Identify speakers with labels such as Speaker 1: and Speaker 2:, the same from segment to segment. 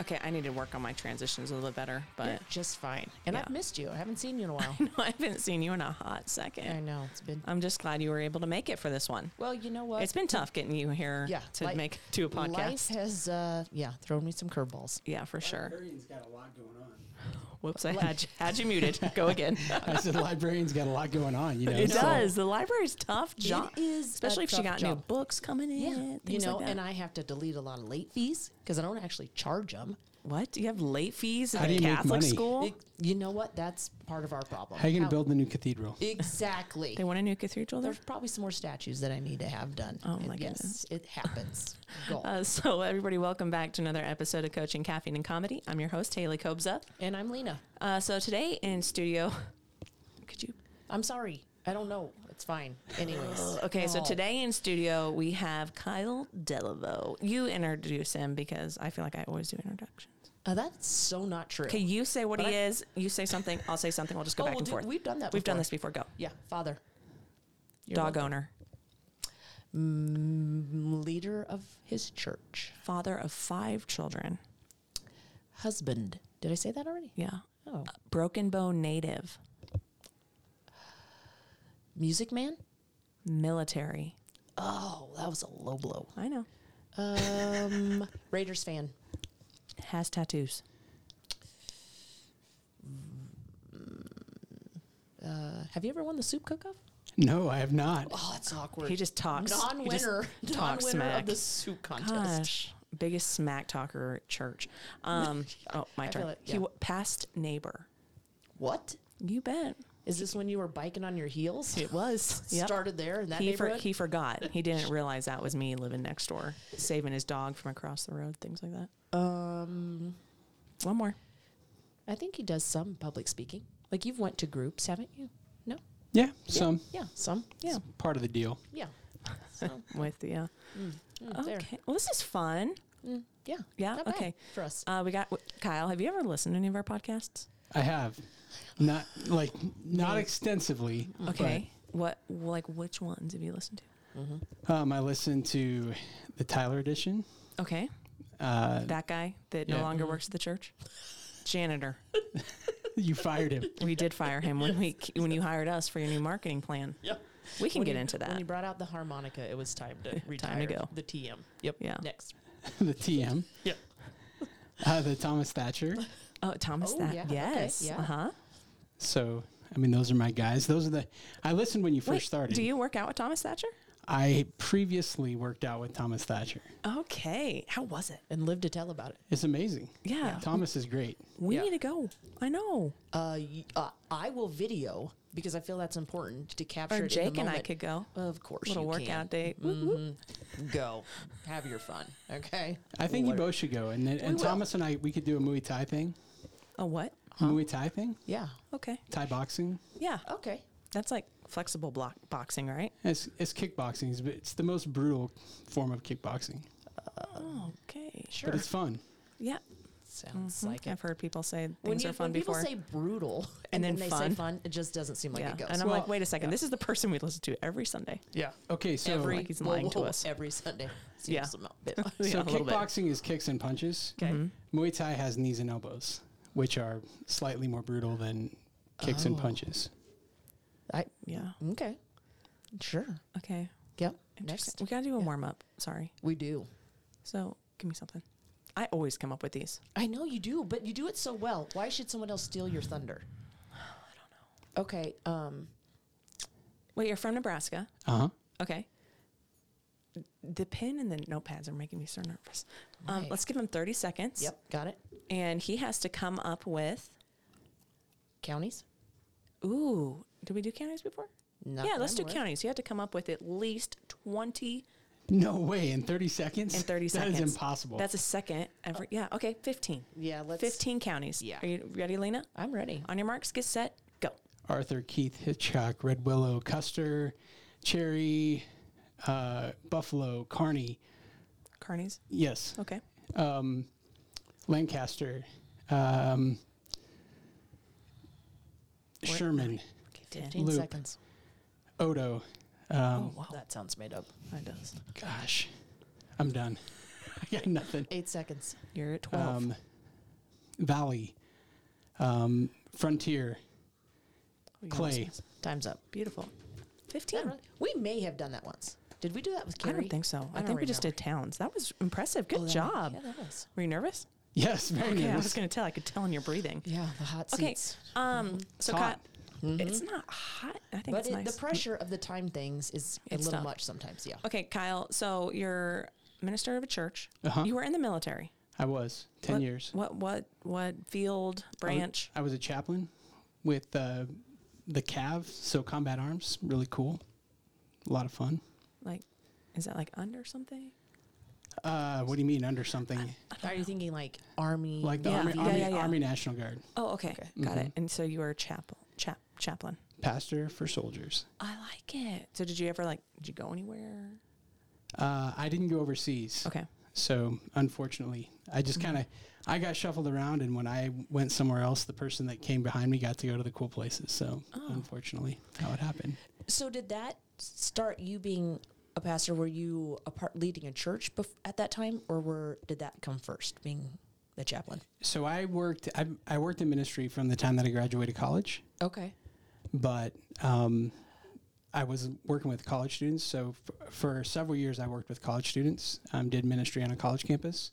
Speaker 1: okay, I need to work on my transitions a little bit better. But
Speaker 2: You're just fine. And I've
Speaker 1: Yeah.
Speaker 2: missed you. I haven't seen you in a while.
Speaker 1: no, I haven't seen you in a hot second.
Speaker 2: I know. It's been.
Speaker 1: I'm just glad you were able to make it for this one.
Speaker 2: Well, you know what?
Speaker 1: It's been tough getting you here
Speaker 2: yeah
Speaker 1: to
Speaker 2: life-
Speaker 1: make to a podcast.
Speaker 2: Life has uh yeah thrown me some curveballs.
Speaker 1: yeah, for sure.
Speaker 3: Librarian's got a lot going on.
Speaker 1: Whoops, I had you, had you muted. Go again.
Speaker 3: I said librarian's got a lot going on. You know,
Speaker 1: It
Speaker 3: so-
Speaker 1: does. The library's tough job.
Speaker 2: is a
Speaker 1: especially if she
Speaker 2: tough
Speaker 1: got new
Speaker 2: job.
Speaker 1: books coming in.
Speaker 2: you
Speaker 1: things
Speaker 2: know,
Speaker 1: like that.
Speaker 2: and I have to delete a lot of late fees because I don't actually charge them.
Speaker 1: what? Do you have late fees
Speaker 3: How
Speaker 1: at
Speaker 3: do
Speaker 1: a
Speaker 3: you make
Speaker 1: Catholic
Speaker 3: money?
Speaker 1: school?
Speaker 2: you know what? That's part of our problem.
Speaker 3: How are you going
Speaker 2: How-
Speaker 3: to build the new cathedral?
Speaker 2: Exactly.
Speaker 1: they want a new cathedral there.
Speaker 2: There's probably some more statues that I need to have done.
Speaker 1: Oh, my
Speaker 2: yes,
Speaker 1: goodness.
Speaker 2: it happens. Go.
Speaker 1: Uh, so, everybody, welcome back to another episode of Coaching Caffeine and Comedy. I'm your host, Haley Kobza.
Speaker 2: and I'm Lena.
Speaker 1: Uh, so, today in studio, could you?
Speaker 2: I'm sorry. I don't know. It's fine. Anyways.
Speaker 1: Okay, so
Speaker 2: Oh.
Speaker 1: today in studio, we have Kyle Delaveau. You introduce him because I feel like I always do introductions.
Speaker 2: Uh, that's so not true.
Speaker 1: Okay, you say what
Speaker 2: But
Speaker 1: he
Speaker 2: I-
Speaker 1: is, you say something, I'll say something, we'll just go
Speaker 2: Oh,
Speaker 1: back
Speaker 2: we'll
Speaker 1: and
Speaker 2: do-
Speaker 1: forth.
Speaker 2: we've done that
Speaker 1: We've done
Speaker 2: before.
Speaker 1: this before. Go.
Speaker 2: Yeah, father, You're
Speaker 1: Dog
Speaker 2: welcome.
Speaker 1: owner,
Speaker 2: leader of his church,
Speaker 1: father of five children.
Speaker 2: husband. Did I say that already?
Speaker 1: Yeah. Uh,
Speaker 2: Oh,
Speaker 1: Broken bone native,
Speaker 2: music man.
Speaker 1: military.
Speaker 2: Oh, that was a low blow.
Speaker 1: I know.
Speaker 2: Um, Raiders fan.
Speaker 1: Has tattoos.
Speaker 2: Uh, have you ever won the soup cook-off?
Speaker 3: No, I have not.
Speaker 2: Oh, that's awkward.
Speaker 1: He just talks. He just
Speaker 2: non-winner,
Speaker 1: talks
Speaker 2: non-winner
Speaker 1: smack.
Speaker 2: of the soup contest.
Speaker 1: Gosh, biggest smack talker at church. Um, oh, my
Speaker 2: I
Speaker 1: turn.
Speaker 2: feel it,
Speaker 1: He
Speaker 2: yeah.
Speaker 1: w- past neighbor.
Speaker 2: What
Speaker 1: You bet.
Speaker 2: is this when you were biking on your heels? It was
Speaker 1: Yep.
Speaker 2: started there in that
Speaker 1: He, for,
Speaker 2: neighborhood.
Speaker 1: he forgot. He didn't realize that was me living next door, saving his dog from across the road, things like that.
Speaker 2: um,
Speaker 1: One more.
Speaker 2: I think he does some public speaking. Like you've went to groups, haven't you? No.
Speaker 3: Yeah, some
Speaker 2: Yeah, some.
Speaker 1: Yeah,
Speaker 3: part of the deal.
Speaker 2: Yeah. So,
Speaker 1: with the. Uh,
Speaker 2: mm,
Speaker 1: okay.
Speaker 2: there.
Speaker 1: Well, this is fun.
Speaker 2: Mm, yeah.
Speaker 1: Yeah,
Speaker 2: Not bad
Speaker 1: okay.
Speaker 2: For us.
Speaker 1: Uh, we got Kyle. Have you ever listened to any of our podcasts?
Speaker 3: I have not like not extensively. but,
Speaker 1: Okay. What like which ones have you listened to?
Speaker 3: um, I listened to the Tyler edition.
Speaker 1: Okay.
Speaker 3: Uh,
Speaker 1: That guy that no
Speaker 3: Yeah.
Speaker 2: Mm-hmm.
Speaker 1: longer works at the church? Janitor.
Speaker 3: you fired him.
Speaker 1: We did fire him when we when you hired us for your new marketing plan.
Speaker 2: Yep.
Speaker 1: We can
Speaker 2: When
Speaker 1: get
Speaker 2: you-
Speaker 1: into
Speaker 2: When
Speaker 1: that.
Speaker 2: you brought out the harmonica, it was time to retire.
Speaker 1: Time to go.
Speaker 2: The TM. Yep.
Speaker 1: Yeah.
Speaker 2: Next.
Speaker 3: the TM.
Speaker 2: Yeah.
Speaker 3: Uh, the Thomas Thatcher.
Speaker 1: Oh, Thomas
Speaker 2: Oh,
Speaker 1: that.
Speaker 2: yeah, okay,
Speaker 1: Yes.
Speaker 2: yeah.
Speaker 1: Uh-huh.
Speaker 3: So I mean, those are my guys. Those are the. I listened when you first
Speaker 1: Wait,
Speaker 3: started.
Speaker 1: do you work out with Thomas Thatcher?
Speaker 3: I previously worked out with Thomas Thatcher.
Speaker 1: Okay. How was it?
Speaker 2: And live to tell about it.
Speaker 3: It's amazing.
Speaker 1: Yeah.
Speaker 3: Thomas is great.
Speaker 1: We
Speaker 2: Yeah.
Speaker 1: need to go. I know.
Speaker 2: Uh, y- uh, I will video because I feel that's important to capture.
Speaker 1: Or
Speaker 2: it in the
Speaker 1: Jake and I
Speaker 2: moment.
Speaker 1: could go.
Speaker 2: Of course,
Speaker 1: Little
Speaker 2: you
Speaker 1: workout day. Mm-hmm.
Speaker 2: Can. Go have your fun. Okay.
Speaker 3: I think you
Speaker 2: Whatever.
Speaker 3: both should go. And then, and
Speaker 2: will.
Speaker 3: Thomas and I, we could do a Muay Thai thing.
Speaker 1: A what?
Speaker 3: Muay Thai thing?
Speaker 2: Yeah.
Speaker 1: Okay.
Speaker 3: Thai boxing?
Speaker 1: Yeah.
Speaker 2: Okay. That's
Speaker 1: That's like flexible block boxing, right?
Speaker 3: It's, it's kickboxing, it's- but it's the most brutal form of kickboxing.
Speaker 1: Okay.
Speaker 2: sure.
Speaker 3: But it's fun.
Speaker 1: Yeah.
Speaker 2: Sounds like it.
Speaker 1: Mm-hmm. I've heard people say things
Speaker 2: When, you,
Speaker 1: are fun
Speaker 2: when people
Speaker 1: before.
Speaker 2: say brutal
Speaker 1: And
Speaker 2: and,
Speaker 1: then
Speaker 2: then, they
Speaker 1: fun.
Speaker 2: say fun, it just doesn't seem like
Speaker 1: yeah.
Speaker 2: it goes.
Speaker 1: and I'm like,
Speaker 3: Well,
Speaker 1: wait a second. This is the person we listen to every Sunday.
Speaker 2: yeah.
Speaker 3: Okay, so
Speaker 2: every
Speaker 1: like he's lying to us.
Speaker 2: every Sunday. Seems
Speaker 1: Yeah.
Speaker 2: a bit odd.
Speaker 3: so
Speaker 1: Yeah, a little bit.
Speaker 3: kickboxing is kicks and punches.
Speaker 2: Okay.
Speaker 1: Mm-hmm.
Speaker 3: Muay Thai has knees and elbows, which are slightly more brutal than kicks and
Speaker 2: Oh.
Speaker 3: punches.
Speaker 2: I,
Speaker 1: Yeah.
Speaker 2: okay. Sure.
Speaker 1: Okay.
Speaker 2: Yep. Next.
Speaker 1: Interesting. We got to do a
Speaker 2: Yeah.
Speaker 1: warm up. Sorry.
Speaker 2: We do.
Speaker 1: So give me something. I always come up with these.
Speaker 2: I know you do, but you do it so well. Why should someone else steal your thunder? I don't know. Okay. Um,
Speaker 1: Wait, you're from Nebraska.
Speaker 3: Uh huh.
Speaker 1: Okay. The pen and the notepads are making me so nervous. Um,
Speaker 2: Right.
Speaker 1: Let's give him 30 seconds.
Speaker 2: yep. Got it.
Speaker 1: And he has to come up with,
Speaker 2: Counties?
Speaker 1: ooh, did we do counties before?
Speaker 2: Not
Speaker 1: yeah,
Speaker 2: that
Speaker 1: let's
Speaker 2: I'm
Speaker 1: do
Speaker 2: aware of.
Speaker 1: counties. You had to come up with at least 20
Speaker 3: No way, in 30 seconds?
Speaker 1: in 30 seconds.
Speaker 3: That is impossible.
Speaker 1: That's a second every, yeah, okay, 15.
Speaker 2: Yeah, let's.
Speaker 1: 15 counties.
Speaker 2: Yeah.
Speaker 1: Are you ready, Lena?
Speaker 2: I'm ready.
Speaker 1: On your marks, get set, go.
Speaker 3: Arthur, Keith, Hitchcock, Red Willow, Custer, Cherry, uh, Buffalo, Carney.
Speaker 1: Carnies.
Speaker 3: Yes.
Speaker 1: Okay.
Speaker 3: um, Lancaster, um, Sherman,
Speaker 2: Okay, 15
Speaker 3: Loop.
Speaker 2: seconds.
Speaker 3: Odo. Um,
Speaker 2: Oh, wow. That sounds made up. It does.
Speaker 3: Gosh, I'm done. I got nothing.
Speaker 2: Eight seconds.
Speaker 1: You're at 12.
Speaker 3: Um, Valley, um, Frontier.
Speaker 2: Oh,
Speaker 3: Clay.
Speaker 2: goodness. Time's up.
Speaker 1: Beautiful.
Speaker 2: That
Speaker 1: 15.
Speaker 2: really- We may have done that once. Did we do that with
Speaker 1: I
Speaker 2: Carrie?
Speaker 1: don't think so. I,
Speaker 2: don't
Speaker 1: think we just
Speaker 2: remember.
Speaker 1: did towns. That was impressive. Good
Speaker 2: Oh, that-
Speaker 1: job.
Speaker 2: Yeah, that was.
Speaker 1: Were you nervous?
Speaker 3: Yes, very
Speaker 1: Okay, I
Speaker 3: nervous.
Speaker 1: was going to tell. I could tell in your breathing.
Speaker 2: Yeah, the hot
Speaker 1: Okay.
Speaker 2: seats. Mm-hmm.
Speaker 1: Um. So,
Speaker 3: Hot.
Speaker 1: Kyle, it's not hot. I think
Speaker 2: But
Speaker 1: it's
Speaker 2: it,
Speaker 1: nice.
Speaker 2: the pressure of the time things is a
Speaker 1: It's
Speaker 2: little
Speaker 1: tough.
Speaker 2: much sometimes. Yeah.
Speaker 1: okay, Kyle. So you're minister of a church.
Speaker 3: Uh-huh.
Speaker 1: You were in the military.
Speaker 3: I was ten
Speaker 1: What-
Speaker 3: years.
Speaker 1: What? What? What field?
Speaker 3: I was-
Speaker 1: Branch?
Speaker 3: I was, a chaplain with uh, the CAV, so Combat Arms. Really cool. A lot of fun.
Speaker 1: like, is that like under something?
Speaker 3: Uh, what do you mean under something?
Speaker 2: Are you thinking like army?
Speaker 3: like the
Speaker 1: yeah.
Speaker 3: Army,
Speaker 1: Yeah,
Speaker 3: Army,
Speaker 1: yeah, yeah.
Speaker 3: Army National Guard.
Speaker 1: Oh, okay, got it. And so you were a chapel, chap, chaplain.
Speaker 3: Pastor for soldiers.
Speaker 1: I like it. So did you ever like? Did you go anywhere?
Speaker 3: Uh, I didn't go overseas.
Speaker 1: Okay.
Speaker 3: So unfortunately, I just kind of I got shuffled around, and when I went somewhere else, the person that came behind me got to go to the cool places. So unfortunately, how it happened.
Speaker 2: so did that start you being a pastor? Were you a part leading a church bef- at that time, or were did that come first, being the chaplain?
Speaker 3: So I worked I, I worked in ministry from the time that I graduated college,
Speaker 2: Okay.
Speaker 3: but um, I was working with college students. So f- for several years, I worked with college students. Um, did ministry on a college campus,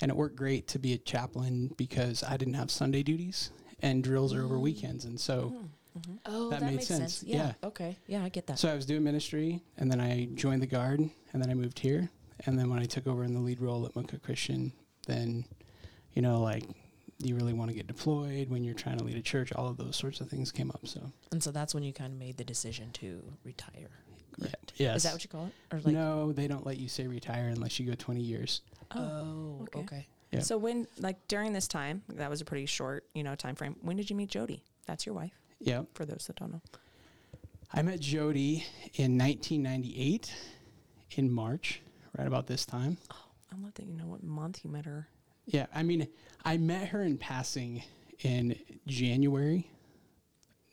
Speaker 3: and it worked great to be a chaplain because I didn't have Sunday duties and drills are
Speaker 2: Mm.
Speaker 3: over weekends, and so.
Speaker 1: Hmm. Mm-hmm.
Speaker 2: Oh,
Speaker 3: That
Speaker 2: that,
Speaker 3: made
Speaker 2: makes sense.
Speaker 3: sense.
Speaker 2: Yeah.
Speaker 3: Yeah.
Speaker 2: Okay. Yeah, I get that.
Speaker 3: So I was doing ministry, and then I joined the guard, and then I moved here, and then when I took over in the lead role at Mocha Christian, then, you know, like, you really want to get deployed when you're trying to lead a church. All of those sorts of things came up. So
Speaker 2: and so that's when you kind of made the decision to retire.
Speaker 3: Yeah. Yes.
Speaker 2: Is that what you call it? Or like,
Speaker 3: no, they don't let you say retire unless you go 20 years.
Speaker 2: oh,
Speaker 1: okay.
Speaker 2: okay.
Speaker 3: Yeah.
Speaker 1: So when like during this time, that was a pretty short, you know, time frame. When did you meet Jody? That's your wife.
Speaker 3: Yep.
Speaker 1: For those that don't know.
Speaker 3: I met Jody in 1998 in March, right about this time.
Speaker 1: I love that you know what month you met her.
Speaker 3: Yeah, I mean, I met her in passing in January.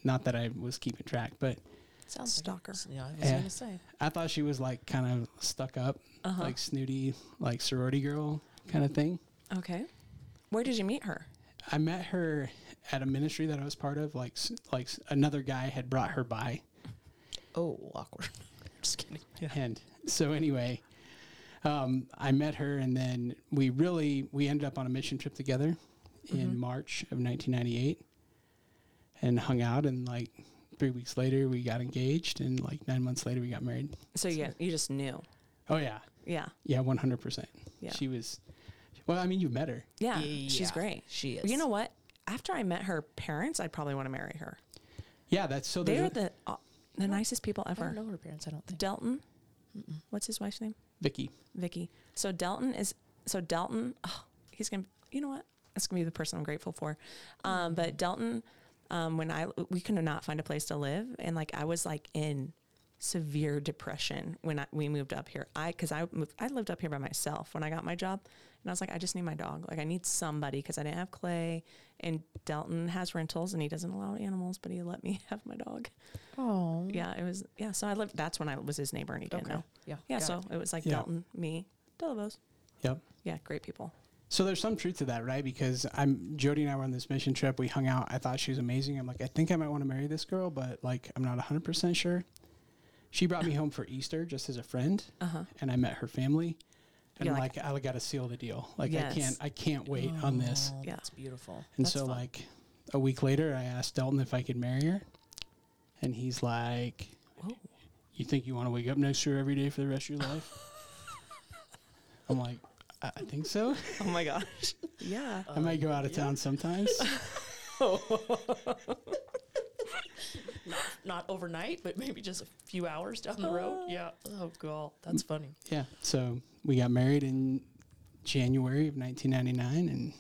Speaker 3: Not that I was keeping track, but
Speaker 2: Sounds
Speaker 1: Stalker.
Speaker 2: Like, yeah, I was
Speaker 3: Yeah.
Speaker 2: gonna say.
Speaker 3: I thought she was like kind of stuck up,
Speaker 1: Uh-huh.
Speaker 3: like snooty, like sorority girl kind of thing.
Speaker 1: Uh-huh. Okay. Where did you meet her?
Speaker 3: I met her at a ministry that I was part of. Like, s- like s- another guy had brought her by,
Speaker 2: Oh, awkward. Just kidding.
Speaker 3: and so anyway, um, I met her, and then we really we ended up on a mission trip together
Speaker 1: Mm-hmm.
Speaker 3: in March of 1998, and hung out. And like three weeks later, we got engaged, and like nine months later, we got married.
Speaker 1: So yeah, you just knew.
Speaker 3: Oh yeah,
Speaker 1: Yeah.
Speaker 3: yeah, 100. percent
Speaker 1: Yeah.
Speaker 3: She was. Well, I mean, you met her.
Speaker 1: Yeah. She's
Speaker 2: Yeah,
Speaker 1: great.
Speaker 2: She is.
Speaker 1: You know what? After I met her parents, I'd probably want to marry her.
Speaker 3: Yeah, that's so.
Speaker 1: They
Speaker 3: there's
Speaker 1: are
Speaker 3: a-
Speaker 1: the uh, the nicest people
Speaker 2: I don't
Speaker 1: ever.
Speaker 2: know her parents. I don't think.
Speaker 1: Delton, what's his wife's name?
Speaker 3: Vicky.
Speaker 1: Vicky. So Dalton is so Dalton. Oh, he's gonna. You know what? That's gonna be the person I'm grateful for. Um, but Dalton, um, when I we could not find a place to live, and like I was like in severe depression when I, we moved up here. I because I moved, I lived up here by myself when I got my job, and I was like, I just need my dog. Like I need somebody because I didn't have Clay, and Dalton has rentals and he doesn't allow animals, but he let me have my dog.
Speaker 2: Oh.
Speaker 1: Yeah, it was yeah. So I lived. That's when I was his neighbor, and he didn't
Speaker 2: Okay.
Speaker 1: know.
Speaker 2: Yeah,
Speaker 1: yeah.
Speaker 2: got
Speaker 1: So it. was like
Speaker 3: Yeah.
Speaker 1: Dalton, me, Delavos.
Speaker 3: Yep.
Speaker 1: Yeah, great people.
Speaker 3: So there's some truth to that, right? Because I'm Jody and I were on this mission trip. We hung out. I thought she was amazing. I'm like, I think I might want to marry this girl, but like, I'm not 100 percent sure. She brought me home for Easter just as a friend,
Speaker 2: Uh-huh.
Speaker 3: and I met her family. And
Speaker 1: You're
Speaker 3: I'm
Speaker 1: like-
Speaker 3: like, I got to seal the deal. Like,
Speaker 1: Yes.
Speaker 3: I can't, I can't wait on this.
Speaker 2: Oh,
Speaker 1: Yeah.
Speaker 2: That's beautiful.
Speaker 3: And
Speaker 2: That's
Speaker 3: so,
Speaker 2: fun.
Speaker 3: like, a week later, I asked Dalton if I could marry her, and he's like,
Speaker 1: Whoa.
Speaker 3: "You think you want to wake up next to her every day for the rest of your life?" I'm like, I, I think so.
Speaker 1: Oh my gosh. yeah.
Speaker 3: I might go out of town sometimes.
Speaker 2: not overnight, but maybe just a few hours down the road. Yeah. Oh, God. That's funny.
Speaker 3: Yeah. So we got married in January of 1999, and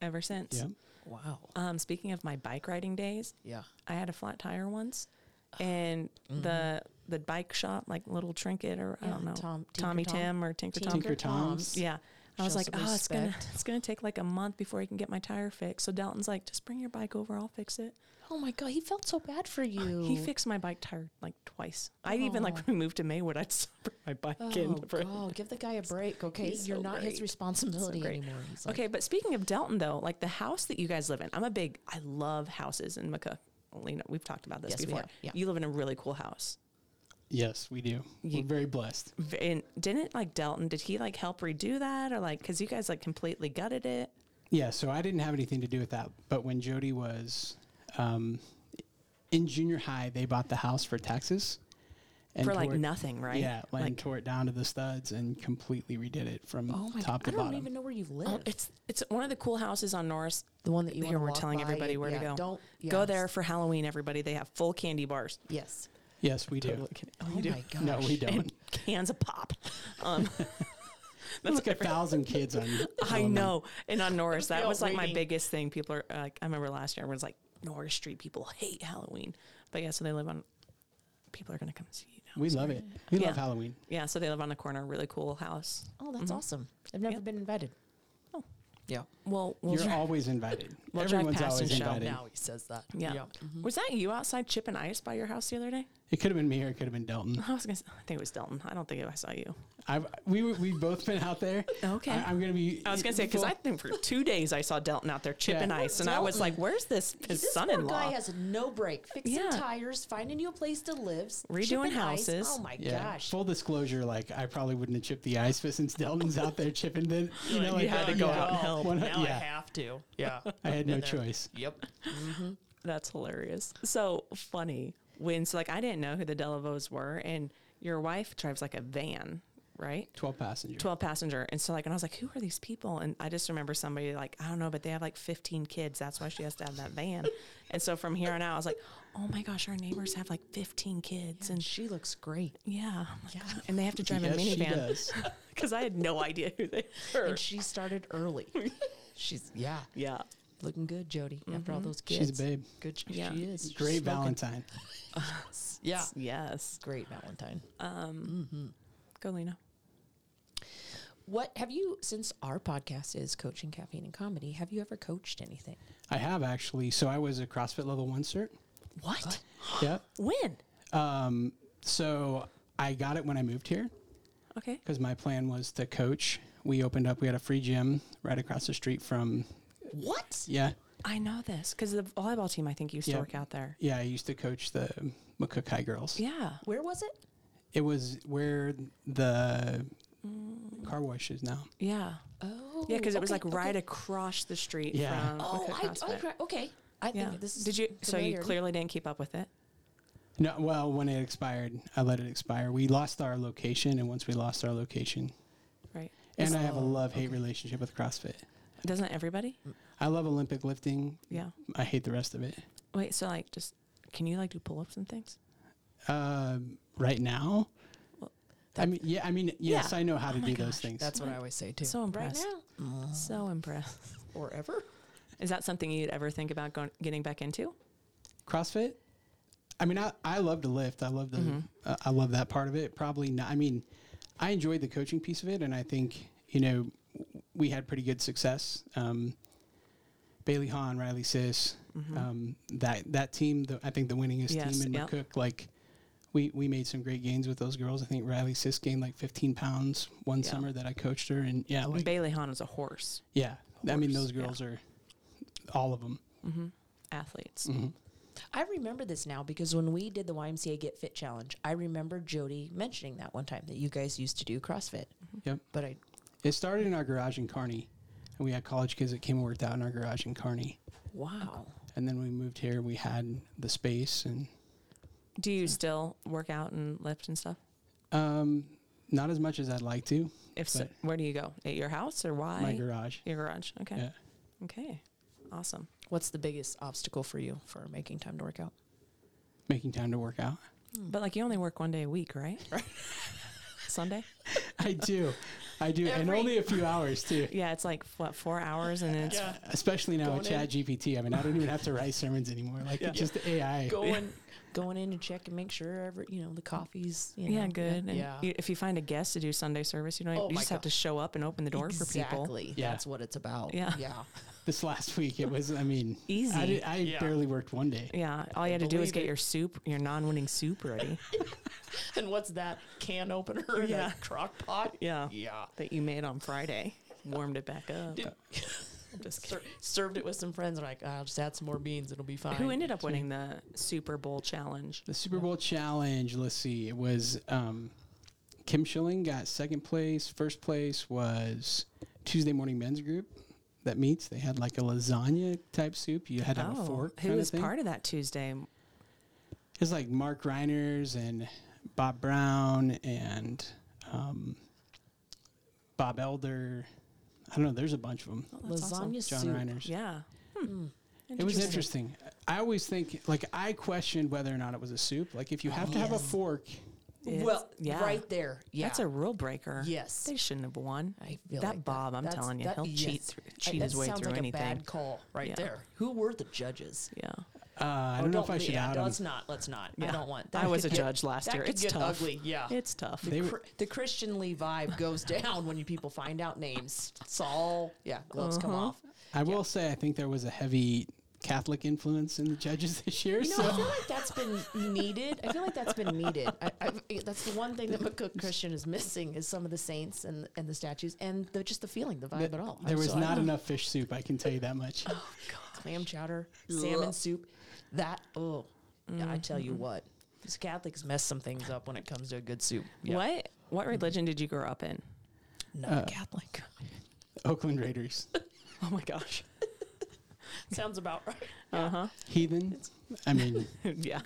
Speaker 1: Ever since.
Speaker 3: yeah,
Speaker 2: Wow.
Speaker 1: Um, speaking of my bike riding days,
Speaker 2: Yeah.
Speaker 1: I had a flat tire once, and the the bike shop, like little trinket or I
Speaker 2: Mm-hmm. Yeah,
Speaker 1: don't know,
Speaker 2: Tom- Tinker
Speaker 1: Tommy
Speaker 2: Tom.
Speaker 1: Tim or Tinker Tom.
Speaker 3: Tinker Tom's.
Speaker 1: Yeah, I was
Speaker 2: Show
Speaker 1: like,
Speaker 2: some
Speaker 1: oh, it's gonna
Speaker 2: respect."
Speaker 1: it's gonna take like a month before I can get my tire fixed. So Dalton's like, just bring your bike over, I'll fix it.
Speaker 2: Oh my god, he felt so bad for you.
Speaker 1: He fixed my bike tire like twice. I even like
Speaker 2: Oh.
Speaker 1: when we moved to Maywood, I'd bring my bike
Speaker 2: Oh,
Speaker 1: in. for-
Speaker 2: God, give the guy a break, okay?
Speaker 1: He's
Speaker 2: You're
Speaker 1: so
Speaker 2: not
Speaker 1: great.
Speaker 2: his responsibility
Speaker 1: great.
Speaker 2: anymore. He's like,
Speaker 1: Okay, but speaking of Dalton though, like the house that you guys live in, I'm a big I love houses in McCook. You know, we've talked about this
Speaker 2: Yes, we
Speaker 1: before.
Speaker 2: have, yeah.
Speaker 1: You live in a really cool house.
Speaker 3: Yes, we do.
Speaker 1: You-
Speaker 3: We're very blessed.
Speaker 1: V- And didn't like Dalton, did he like help redo that or like because you guys like completely gutted it?
Speaker 3: Yeah, so I didn't have anything to do with that. But when Jody was um, in junior high, they bought the house for taxes.
Speaker 1: for like
Speaker 3: tore it-
Speaker 1: nothing, right?
Speaker 3: Yeah, and
Speaker 1: like
Speaker 3: tore it down to the studs and completely redid it from
Speaker 2: oh my
Speaker 3: top
Speaker 2: god, I
Speaker 3: to
Speaker 2: don't
Speaker 3: bottom.
Speaker 2: even know where you live.
Speaker 1: oh, it's it's one of the cool houses on Norris.
Speaker 2: the one that you
Speaker 1: Here
Speaker 2: wanna
Speaker 1: we're
Speaker 2: walk
Speaker 1: telling
Speaker 2: by
Speaker 1: everybody
Speaker 2: and-
Speaker 1: where to
Speaker 2: yeah,
Speaker 1: go.
Speaker 2: Don't
Speaker 1: Go
Speaker 2: yes,
Speaker 1: there for Halloween, everybody. They have full candy bars.
Speaker 2: Yes.
Speaker 3: yes, we do.
Speaker 2: Oh
Speaker 1: You do.
Speaker 2: my gosh.
Speaker 3: No, we don't.
Speaker 1: And cans of pop. Um,
Speaker 3: That's
Speaker 1: that's
Speaker 3: like a thousand kids on.
Speaker 1: I
Speaker 3: Element.
Speaker 1: know. And on Norris,
Speaker 2: They're
Speaker 1: that
Speaker 2: all
Speaker 1: was like my
Speaker 2: waiting.
Speaker 1: biggest thing. People are like, I remember last year, everyone's like, Norris Street people hate Halloween. But yeah, so they live on, people are going to come see you now.
Speaker 3: We love it. We
Speaker 1: Yeah.
Speaker 3: love Halloween.
Speaker 1: Yeah, so they live on the corner, really cool house.
Speaker 2: Oh, that's
Speaker 1: Mhm.
Speaker 2: awesome. I've never
Speaker 1: Yeah.
Speaker 2: been invited.
Speaker 1: Oh.
Speaker 2: Yeah.
Speaker 1: Well, we'll
Speaker 3: You're
Speaker 1: dri-
Speaker 3: always invited.
Speaker 1: We'll drive
Speaker 3: Everyone's
Speaker 1: past
Speaker 3: always
Speaker 1: and show.
Speaker 3: invited.
Speaker 2: Now he says that.
Speaker 1: Yeah. was that you outside chipping ice by your house the other day?
Speaker 3: It could have been me or it could have been Dalton.
Speaker 1: I was going to I think it was Dalton. I don't think I saw you.
Speaker 3: I've, we were, we've both been out there.
Speaker 1: Okay.
Speaker 3: I, am gonna be.
Speaker 1: I was gonna say because
Speaker 3: full-
Speaker 1: I think for two days I saw Dalton out there chipping
Speaker 3: Yeah.
Speaker 1: ice, and I was like, "Where's this his
Speaker 2: this
Speaker 1: son-in-law?"
Speaker 2: poor guy has no break. Fixing
Speaker 1: Yeah.
Speaker 2: tires, finding you a place to live, s-
Speaker 1: Redoing
Speaker 2: chipping ice.
Speaker 1: houses.
Speaker 2: Oh my
Speaker 3: Yeah.
Speaker 2: gosh.
Speaker 3: Full disclosure, like I probably wouldn't have chipped the ice, but since Dalton's out there chipping, then you know, like,
Speaker 1: you had to
Speaker 3: yeah,
Speaker 1: go out and help.
Speaker 3: One-
Speaker 4: Now I
Speaker 3: yeah.
Speaker 4: have to. Yeah.
Speaker 3: I had no
Speaker 4: And they're-
Speaker 3: choice.
Speaker 4: Yep.
Speaker 1: That's hilarious. So funny when so like I didn't know who the Delavos were, and your wife drives like a van, right?
Speaker 3: Twelve passenger.
Speaker 1: 12 passenger. And so, like, and I was like, who are these people? And I just remember somebody, like, I don't know, but they have like 15 kids. That's why she has to have that van. and so, from here on out, I was like, oh my gosh, our neighbors have like 15 kids.
Speaker 2: And
Speaker 1: And
Speaker 2: she looks great.
Speaker 1: yeah, I'm like, "God," and they have to drive
Speaker 3: yes,
Speaker 1: a
Speaker 3: she
Speaker 1: minivan
Speaker 3: does.
Speaker 1: because I had no idea who they were.
Speaker 2: And she started early. She's yeah,
Speaker 1: Yeah.
Speaker 2: looking good, Jody. After all those kids,
Speaker 3: She's a babe.
Speaker 2: Good, sh-
Speaker 1: Mm-hmm. Yeah.
Speaker 2: she is. She's smoking.
Speaker 3: Great Valentine.
Speaker 2: Yeah,
Speaker 1: Yes.
Speaker 2: great Valentine.
Speaker 1: Go, Lena.
Speaker 2: What have you since our podcast is coaching caffeine and comedy? Have you ever coached anything?
Speaker 3: I have actually. So I was a CrossFit level one cert.
Speaker 1: What?
Speaker 3: Yep.
Speaker 1: When?
Speaker 3: Um, so I got it when I moved here
Speaker 1: Okay.
Speaker 3: because my plan was to coach. We opened up. We had a free gym right across the street from.
Speaker 2: What?
Speaker 3: Yeah,
Speaker 1: I know this because the volleyball team, I think, used to
Speaker 3: Yeah.
Speaker 1: work out there.
Speaker 3: yeah. I used to coach the McCook High girls.
Speaker 1: Yeah.
Speaker 2: Where was it?
Speaker 3: It was where the car wash is now.
Speaker 1: Yeah.
Speaker 2: Oh,
Speaker 1: Yeah, because it was like
Speaker 2: okay, okay.
Speaker 1: right across the street
Speaker 3: Yeah.
Speaker 1: from.
Speaker 2: Oh,
Speaker 1: Wicked
Speaker 2: I, I,
Speaker 1: CrossFit.
Speaker 2: gra- okay. I
Speaker 1: Yeah.
Speaker 2: think this is.
Speaker 1: Did you? So you
Speaker 2: familiar.
Speaker 1: clearly didn't keep up with it.
Speaker 3: No, well, when it expired, I let it expire. We lost our location, and once we lost our location,
Speaker 1: Right.
Speaker 3: and I have a
Speaker 2: Oh,
Speaker 3: love hate relationship with CrossFit.
Speaker 1: Doesn't everybody?
Speaker 3: I love Olympic lifting.
Speaker 1: Yeah.
Speaker 3: I hate the rest of it.
Speaker 1: Wait, so like just can you like do pull ups and things?
Speaker 3: Um right now, I mean, yeah, I mean, yes,
Speaker 1: Yeah.
Speaker 3: I know how
Speaker 1: Oh
Speaker 3: to
Speaker 1: my
Speaker 3: do those
Speaker 1: gosh,
Speaker 3: things.
Speaker 4: That's what I always say too.
Speaker 1: So
Speaker 2: right
Speaker 1: impressed.
Speaker 2: now
Speaker 1: So impressed.
Speaker 2: or ever?
Speaker 1: Is that something you'd ever think about going getting back into?
Speaker 3: CrossFit. I mean, I, I love to lift. I love the
Speaker 1: Mm-hmm.
Speaker 3: uh, I love that part of it. Probably not. I mean, I enjoyed the coaching piece of it, and I think you know w- we had pretty good success. Um, Bailey Hahn, Riley Sis, um, that that team. The, I think the winningest
Speaker 1: Mm-hmm. Yes,
Speaker 3: team in
Speaker 1: yep.
Speaker 3: McCook. Like we we made some great gains with those girls. I think Riley Sis gained like 15 pounds one
Speaker 1: Yeah.
Speaker 3: summer that I coached her, and Oh, yeah, like
Speaker 1: Bailey Hahn is a horse
Speaker 3: yeah. I mean,
Speaker 1: Horse,
Speaker 3: those girls are all of them.
Speaker 1: athletes.
Speaker 2: I remember this now because when we did the YMCA Get Fit Challenge, I remember Jody mentioning that one time that you guys used to do CrossFit.
Speaker 3: Yep.
Speaker 2: But I
Speaker 3: It started in our garage in Kearney, and we had college kids that came and worked out in our garage in Kearney.
Speaker 2: wow.
Speaker 3: And then we moved here. We had the space, and
Speaker 1: Do you still work out and lift and stuff?
Speaker 3: um, not as much as I'd like to.
Speaker 1: If so,
Speaker 3: But-
Speaker 1: where do you go? At your house or why?
Speaker 3: My garage.
Speaker 1: Your garage. Okay.
Speaker 3: Yeah.
Speaker 1: Okay. Awesome.
Speaker 2: What's the biggest obstacle for you for making time to work out?
Speaker 3: Making time to work out.
Speaker 1: Hmm. But like you only work one day a week, right? Sunday?
Speaker 3: I do. I do, and
Speaker 2: Every-
Speaker 3: only a few hours too.
Speaker 1: Yeah, it's like what four hours, and it's
Speaker 2: Yeah.
Speaker 3: Especially now with
Speaker 2: Going in.
Speaker 3: Chat GPT. I mean, I don't even have to write sermons anymore. Like
Speaker 2: Yeah.
Speaker 3: it's just the AI.
Speaker 2: Going going in to check and make sure every you know the coffee's you know,
Speaker 1: yeah good. And
Speaker 2: yeah.
Speaker 1: you- if you find a guest to do Sunday service, you don't
Speaker 2: Oh
Speaker 1: you
Speaker 2: my
Speaker 1: just have
Speaker 2: God.
Speaker 1: to show up and open the door
Speaker 2: exactly.
Speaker 1: for people.
Speaker 3: Yeah.
Speaker 2: That's what it's about.
Speaker 1: Yeah.
Speaker 2: Yeah.
Speaker 3: This last week, it was. I mean,
Speaker 1: Easy.
Speaker 3: I, did, I
Speaker 2: Yeah.
Speaker 3: barely worked one day.
Speaker 1: Yeah, all you had to do was
Speaker 2: Believe
Speaker 1: get
Speaker 2: it.
Speaker 1: your soup, your non-winning soup ready.
Speaker 2: And what's that can opener? or
Speaker 1: Yeah.
Speaker 2: That crock pot.
Speaker 1: yeah,
Speaker 2: Yeah.
Speaker 1: that you made on Friday, warmed it back up.
Speaker 2: Did-
Speaker 1: I'm just
Speaker 2: Ser-
Speaker 1: kidding.
Speaker 2: served it with some friends. and like, I'll just add some more beans. It'll be fine.
Speaker 1: Who ended up winning the Super Bowl challenge?
Speaker 3: The Super Bowl challenge. Let's see. It was um, Kim Schilling got second place. First place was Tuesday Morning Men's Group that meets. They had like a lasagna type soup. You had to have a fork.
Speaker 1: Oh, who
Speaker 3: kinda
Speaker 1: was
Speaker 3: thing.
Speaker 1: part of that Tuesday?
Speaker 3: It's like Mark Reiners and Bob Brown and um, Bob Elder. I don't know. There's a bunch of them.
Speaker 1: Oh, that's awesome.
Speaker 2: Lasagna
Speaker 3: John
Speaker 2: soup.
Speaker 3: Reiners.
Speaker 1: Yeah, Hmm.
Speaker 2: Mm.
Speaker 3: It was interesting. I always think, like, I questioned whether or not it was a soup. Like, if you have to
Speaker 1: Oh.
Speaker 3: have a
Speaker 2: Yes.
Speaker 3: fork,
Speaker 1: It's-
Speaker 2: well,
Speaker 1: yeah.
Speaker 2: right there. Yeah.
Speaker 1: That's a rule breaker.
Speaker 2: yes.
Speaker 1: They shouldn't have won.
Speaker 2: I feel
Speaker 1: that
Speaker 2: like
Speaker 1: Bob, I'm
Speaker 2: That's-
Speaker 1: telling you,
Speaker 2: that-
Speaker 1: he'll
Speaker 2: yes.
Speaker 1: cheat through,
Speaker 2: I-
Speaker 1: cheat
Speaker 2: that
Speaker 1: his way
Speaker 2: sounds
Speaker 1: through
Speaker 2: like
Speaker 1: anything.
Speaker 2: A bad call right
Speaker 1: Yeah.
Speaker 2: there. Who were the judges? Oh,
Speaker 1: Yeah,
Speaker 3: uh, I don't know if I should
Speaker 2: yeah,
Speaker 3: out
Speaker 2: no,
Speaker 3: them.
Speaker 2: Let's not. Let's not. I
Speaker 1: Yeah.
Speaker 2: don't want.
Speaker 1: I was a
Speaker 2: could get-
Speaker 1: judge last
Speaker 2: that
Speaker 1: year.
Speaker 2: could
Speaker 1: It's
Speaker 2: get
Speaker 1: tough.
Speaker 2: ugly. Yeah.
Speaker 1: it's tough.
Speaker 3: They
Speaker 2: the,
Speaker 3: were-
Speaker 2: Chri- the Christianly vibe goes down when you people find out names. It's all yeah, gloves come
Speaker 1: Uh-huh.
Speaker 2: off.
Speaker 3: I will say, I think there was a heavy Catholic influence in the judges this year.
Speaker 2: You know,
Speaker 3: so
Speaker 2: I feel like that's been needed. I feel like that's been needed. I, I, that's the one thing that McCook Christian is missing is some of the saints and and the statues and the, just the feeling, the vibe
Speaker 3: th-
Speaker 2: at all.
Speaker 3: there
Speaker 2: I'm
Speaker 3: was
Speaker 2: so-
Speaker 3: not enough fish soup. I can tell you that much.
Speaker 1: Oh.
Speaker 2: clam chowder, salmon
Speaker 1: Ugh.
Speaker 2: soup. That oh, yeah, I tell you what, these Catholics mess some things up when it comes to a good soup. Yeah. Mm-hmm.
Speaker 1: What what religion did you grow up in?
Speaker 2: Not
Speaker 3: Uh,
Speaker 2: a Catholic.
Speaker 3: Oakland Raiders,
Speaker 1: Oh my gosh.
Speaker 2: Sounds about right.
Speaker 1: Uh huh.
Speaker 3: heathen. I mean,
Speaker 1: yeah.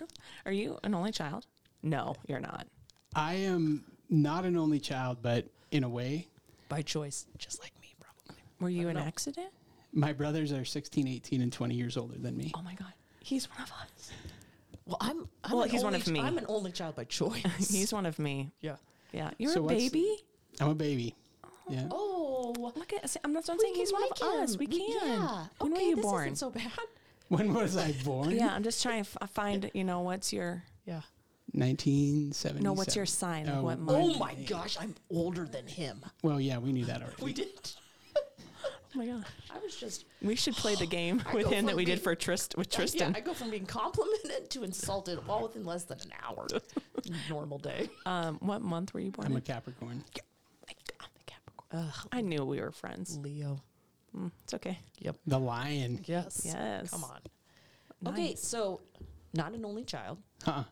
Speaker 1: Are you an only child? No, you're not.
Speaker 3: I am not an only child, but in a way,
Speaker 2: By choice, just like me, probably.
Speaker 1: Were you
Speaker 2: don't
Speaker 1: an
Speaker 2: know.
Speaker 1: accident?
Speaker 3: my brothers are 16, 18, and 20 years older than me.
Speaker 1: Oh my god. He's one of us.
Speaker 2: Well, I'm. I'm
Speaker 1: Well,
Speaker 2: an
Speaker 1: he's one
Speaker 2: only
Speaker 1: of me.
Speaker 2: I'm an only child by choice.
Speaker 1: He's one of me.
Speaker 2: yeah.
Speaker 1: Yeah. You're
Speaker 3: So
Speaker 1: a
Speaker 3: what's-
Speaker 1: baby?
Speaker 3: I'm a baby. Yeah.
Speaker 2: Oh.
Speaker 1: Look at see, I'm not I'm
Speaker 2: we
Speaker 1: saying he's
Speaker 2: can
Speaker 1: one
Speaker 2: like
Speaker 1: of us.
Speaker 2: him.
Speaker 1: We can.
Speaker 2: Yeah.
Speaker 1: When
Speaker 2: okay,
Speaker 1: were you
Speaker 2: this
Speaker 1: born?
Speaker 2: Isn't so bad.
Speaker 3: When was I born?
Speaker 1: yeah, I'm just trying to f- find, you know, what's your
Speaker 2: Yeah.
Speaker 3: 1977.
Speaker 1: no, what's your sign? Like
Speaker 3: Oh,
Speaker 1: what month?
Speaker 2: Oh my gosh, I'm older than him.
Speaker 3: Well, yeah, we knew that already.
Speaker 2: We did.
Speaker 1: Oh my god.
Speaker 2: I was just.
Speaker 1: We should play the game
Speaker 2: I
Speaker 1: with
Speaker 2: go
Speaker 1: him
Speaker 2: for
Speaker 1: that we did
Speaker 2: being-
Speaker 1: for Trist with Tristan.
Speaker 2: Yeah, I go from being complimented to insulted all within less than an hour. Normal day.
Speaker 1: um, what month were you born?
Speaker 3: I'm a
Speaker 1: in?
Speaker 3: Capricorn.
Speaker 1: Like, I'm a Capricorn. I knew we were friends.
Speaker 2: Leo.
Speaker 1: Mm, it's okay.
Speaker 3: The lion.
Speaker 2: Yes.
Speaker 1: Yes.
Speaker 2: Come on. Okay,
Speaker 1: Nice.
Speaker 2: so not an only child.
Speaker 3: Huh.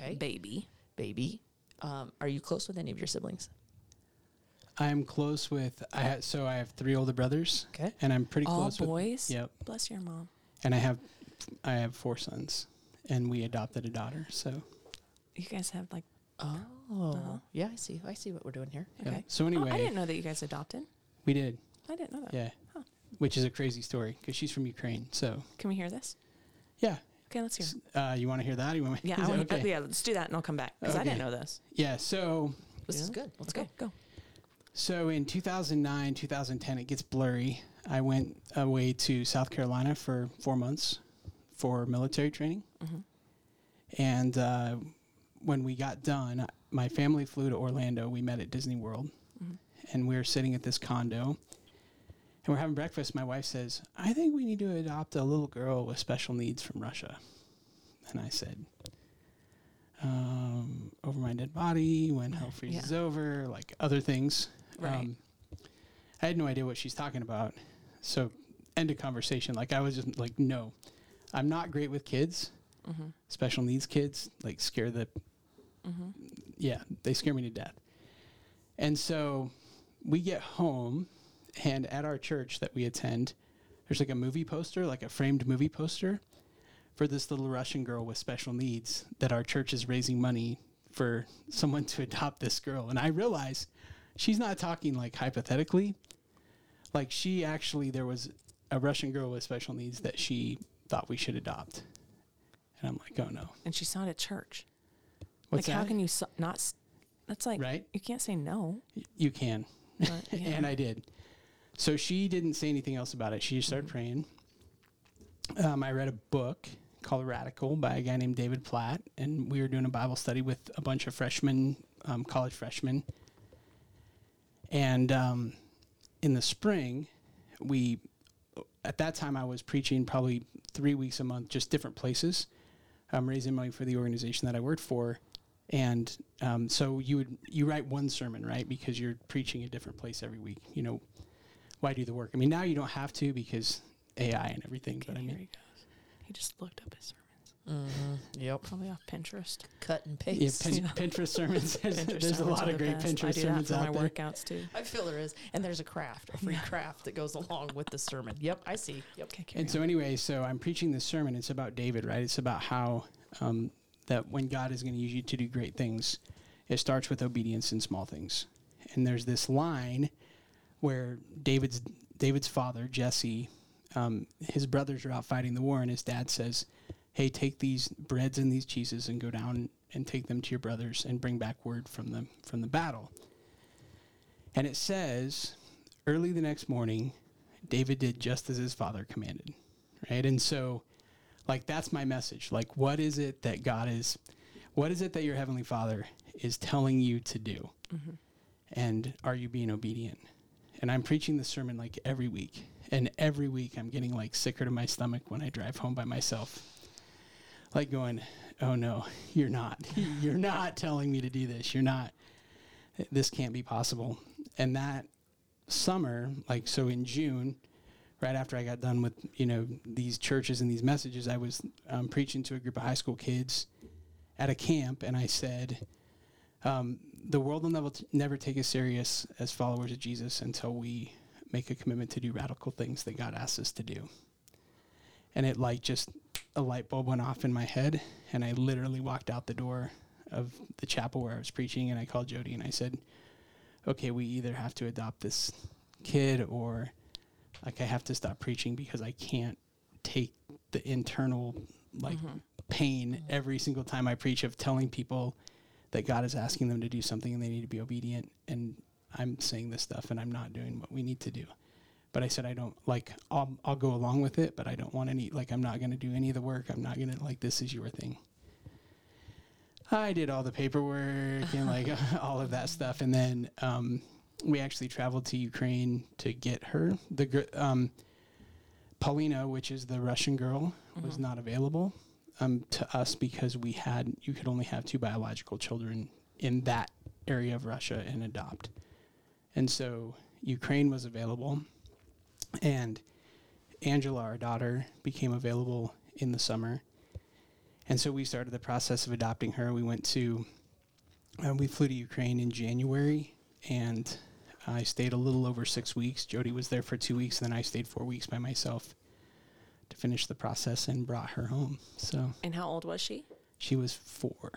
Speaker 2: Okay.
Speaker 1: baby.
Speaker 2: baby. Um, are you close with any of your siblings?
Speaker 3: I'm close with. I ha- so I have three older brothers,
Speaker 2: Okay.
Speaker 3: and I'm pretty
Speaker 1: All
Speaker 3: close
Speaker 1: boys.
Speaker 3: with. Yep.
Speaker 1: Bless your mom.
Speaker 3: And I have, I have four sons, and we adopted a daughter. So
Speaker 1: You guys have like
Speaker 2: Oh.
Speaker 1: Uh-huh.
Speaker 2: Yeah, I see. I see what we're doing here.
Speaker 3: yeah.
Speaker 1: okay.
Speaker 3: So
Speaker 1: Oh, I
Speaker 3: anyway,
Speaker 1: didn't know that you guys adopted.
Speaker 3: we did.
Speaker 1: I didn't know that.
Speaker 3: Yeah.
Speaker 1: Huh.
Speaker 3: Which is a crazy story because she's from Ukraine. So
Speaker 1: Can we hear this?
Speaker 3: yeah.
Speaker 1: Okay, let's hear.
Speaker 3: S-
Speaker 1: it.
Speaker 3: Uh, you want to hear that? You want me?
Speaker 1: Yeah, I wanna,
Speaker 3: okay.
Speaker 1: yeah. Let's do that, and I'll come back because I didn't
Speaker 3: Okay.
Speaker 1: know this.
Speaker 3: yeah. So
Speaker 2: This is
Speaker 1: Yeah.
Speaker 2: good. Let's
Speaker 1: okay,
Speaker 2: go.
Speaker 1: go.
Speaker 3: So in 2009, 2010, it gets blurry. I went away to South Carolina for four months for military training.
Speaker 1: Mhm.
Speaker 3: And uh, when we got done, my family flew to Orlando. We met at Disney World.
Speaker 1: Mhm.
Speaker 3: And we were sitting at this condo. And we're having breakfast. My wife says, I think we need to adopt a little girl with special needs from Russia. And I said, um, Over my dead body, when hell freezes over, like other things. Um,
Speaker 1: Right.
Speaker 3: I had no idea what she's talking about. So, end of conversation. Like, I was just like, no, I'm not great with kids,
Speaker 1: Mhm.
Speaker 3: special needs kids, like, scare the,
Speaker 1: Mhm.
Speaker 3: yeah, they scare me to death. And so we get home, and at our church that we attend, there's like a movie poster, like a framed movie poster for this little Russian girl with special needs that our church is raising money for someone to adopt this girl. And I realize she's not talking like hypothetically. Like she actually, there was a Russian girl with special needs that she thought we should adopt. And I'm like, oh no.
Speaker 1: And she's not at church.
Speaker 3: What's
Speaker 1: like,
Speaker 3: that?
Speaker 1: how can you so- not? s- That's like
Speaker 3: right?
Speaker 1: you can't say no.
Speaker 3: You can.
Speaker 1: But, yeah.
Speaker 3: and I did. So she didn't say anything else about it. She just started
Speaker 1: Mm-hmm.
Speaker 3: praying. Um, I read a book called Radical by a guy named David Platt, and we were doing a Bible study with a bunch of freshmen, um, college freshmen. And um, in the spring, we, at that time, I was preaching probably three weeks a month, just different places, um, raising money for the organization that I worked for. And um, so you would you write one sermon, right? Because you're preaching a different place every week. You know, why do the work? I mean, now you don't have to because AI and everything. But I
Speaker 1: Okay, here
Speaker 3: mean,
Speaker 1: he goes. He just looked up his sermons,
Speaker 2: Mm-hmm. Yep.
Speaker 1: probably off Oh, Pinterest.
Speaker 2: Cut and paste.
Speaker 3: yeah, Pin-
Speaker 1: Yeah.
Speaker 3: Pinterest sermons. There's,
Speaker 1: Pinterest
Speaker 3: there's a
Speaker 1: sermons
Speaker 3: lot
Speaker 1: are
Speaker 3: of
Speaker 1: the
Speaker 3: great
Speaker 1: best. I
Speaker 3: Pinterest
Speaker 1: do that
Speaker 3: sermons
Speaker 1: for
Speaker 3: out
Speaker 1: my
Speaker 3: there.
Speaker 1: workouts too.
Speaker 2: I feel there is, and there's a craft, a free craft that goes along with the sermon. Yep, I see. Yep.
Speaker 1: Okay, carry
Speaker 3: And so anyway, so I'm preaching this sermon. It's about David, right? It's about how um, that when God is going to use you to do great things, it starts with obedience in small things. And there's this line where David's David's father Jesse, um, his brothers are out fighting the war, and his dad says, "Hey, take these breads and these cheeses and go down and take them to your brothers and bring back word from the from the battle." And it says, early the next morning, David did just as his father commanded, right? And so, like, that's my message. Like, what is it that God is, what is it that your heavenly father is telling you to do? And are you being obedient? And I'm preaching this sermon like every week. And every week I'm getting like sicker to my stomach when I drive home by myself. Like, going, oh no, you're not. you're not telling me to do this. You're not. This can't be possible. And that summer, like so in June, right after I got done with you know these churches and these messages, I was um, preaching to a group of high school kids at a camp, and I said, um, "The world will never never take us serious as followers of Jesus until we make a commitment to do radical things that God asks us to do." And it like just a light bulb went off in my head, and I literally walked out the door of the chapel where I was preaching, and I called Jody and I said, okay, we either have to adopt this kid or like I have to stop preaching because I can't take the internal like
Speaker 1: Mm-hmm.
Speaker 3: pain every single time I preach of telling people that God is asking them to do something and they need to be obedient and I'm saying this stuff and I'm not doing what we need to do. But I said I don't like I'll I'll go along with it, but I don't want any like I'm not going to do any of the work. I'm not going to like this is your thing. I did all the paperwork and like all of that stuff, and then um, we actually traveled to Ukraine to get her. The gr- um, Paulina, which is the Russian girl, was not available um, to us because we had you could only have two biological children in that area of Russia and adopt, and so Ukraine was available, and Angela, our daughter, became available in the summer. And so we started the process of adopting her. We went to, uh, we flew to Ukraine in January, and I stayed a little over six weeks. Jody was there for two weeks, and then I stayed four weeks by myself to finish the process and brought her home. So
Speaker 1: on. And how old was she?
Speaker 3: she was four.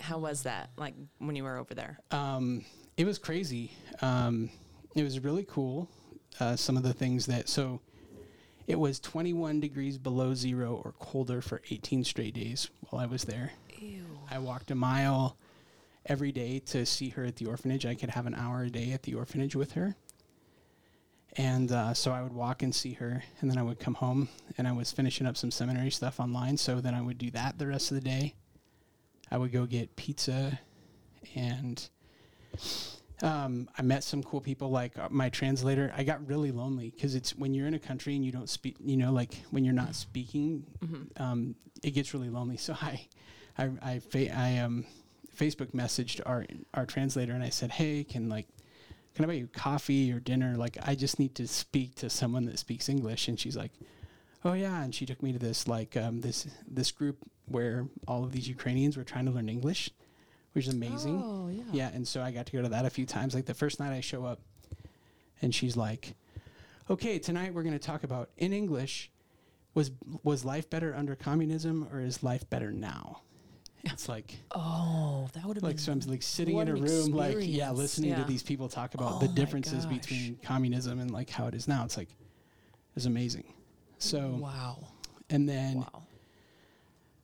Speaker 1: How was that? Like when you were over there?
Speaker 3: um, it was crazy. Um, it was really cool. Uh, some of the things that so it was 21 degrees below zero or colder for 18 straight days while I was there.
Speaker 1: Ew.
Speaker 3: I walked a mile every day to see her at the orphanage. I could have an hour a day at the orphanage with her. And uh, so I would walk and see her, and then I would come home and I was finishing up some seminary stuff online. So then I would do that the rest of the day. I would go get pizza, and um, I met some cool people like uh, my translator. I got really lonely because it's when you're in a country and you don't speak, you know, like when you're not speaking, um, it gets really lonely. So I, I, I, fa- I um, Facebook messaged our our translator and I said, "Hey, can like, can I buy you coffee or dinner? Like, I just need to speak to someone that speaks English." And she's like, "Oh yeah," and she took me to this like um, this this group where all of these Ukrainians were trying to learn English, which is amazing.
Speaker 2: Oh yeah.
Speaker 3: Yeah, and so I got to go to that a few times. Like the first night I show up, and she's like, "Okay, tonight we're going to talk about in English, was was life better under communism or is life better now?" It's like
Speaker 2: Oh, that would have
Speaker 3: like
Speaker 2: been.
Speaker 3: so I'm like sitting in
Speaker 2: What
Speaker 3: a
Speaker 2: an
Speaker 3: room like yeah,
Speaker 2: experience.
Speaker 3: listening
Speaker 1: Yeah.
Speaker 3: to these people talk about
Speaker 2: Oh
Speaker 3: the
Speaker 2: my
Speaker 3: differences
Speaker 2: gosh.
Speaker 3: between communism and like how it is now. It's like it's amazing. So
Speaker 2: wow.
Speaker 3: and then
Speaker 2: Wow.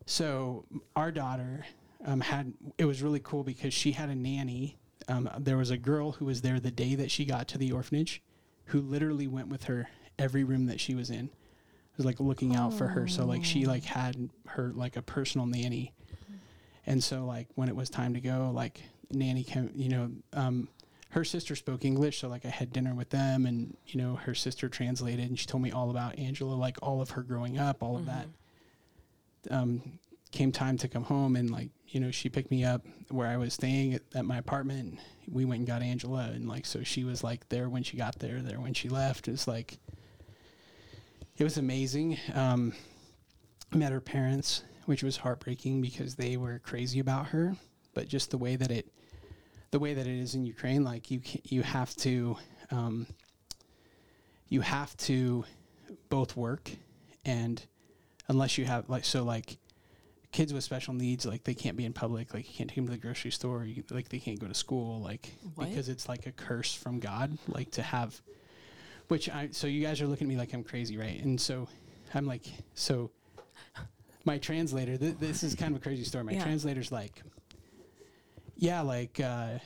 Speaker 3: so our daughter um, had it was really cool because she had a nanny um, there was a girl who was there the day that she got to the orphanage who literally went with her every room that she was in It was like looking out for her so like she like had her like a personal nanny and so like when it was time to go like nanny came you know um, her sister spoke english so like i had dinner with them and you know her sister translated and she told me all about angela like all of her growing up all of that um, came time to come home and like you know she picked me up where i was staying at, at my apartment we went and got angela and like so she was like there when she got there there when she left it's like it was amazing um, met her parents which was heartbreaking because they were crazy about her but just the way that it the way that it is in ukraine like you can, you have to um, you have to both work and unless you have like so like kids with special needs like they can't be in public like you can't take them to the grocery store you, like they can't go to school like
Speaker 1: What?
Speaker 3: because it's like a curse from god like to have which i so you guys are looking at me like i'm crazy right and so i'm like so my translator th- this is kind of a crazy story my
Speaker 1: Yeah.
Speaker 3: translator's like yeah like uh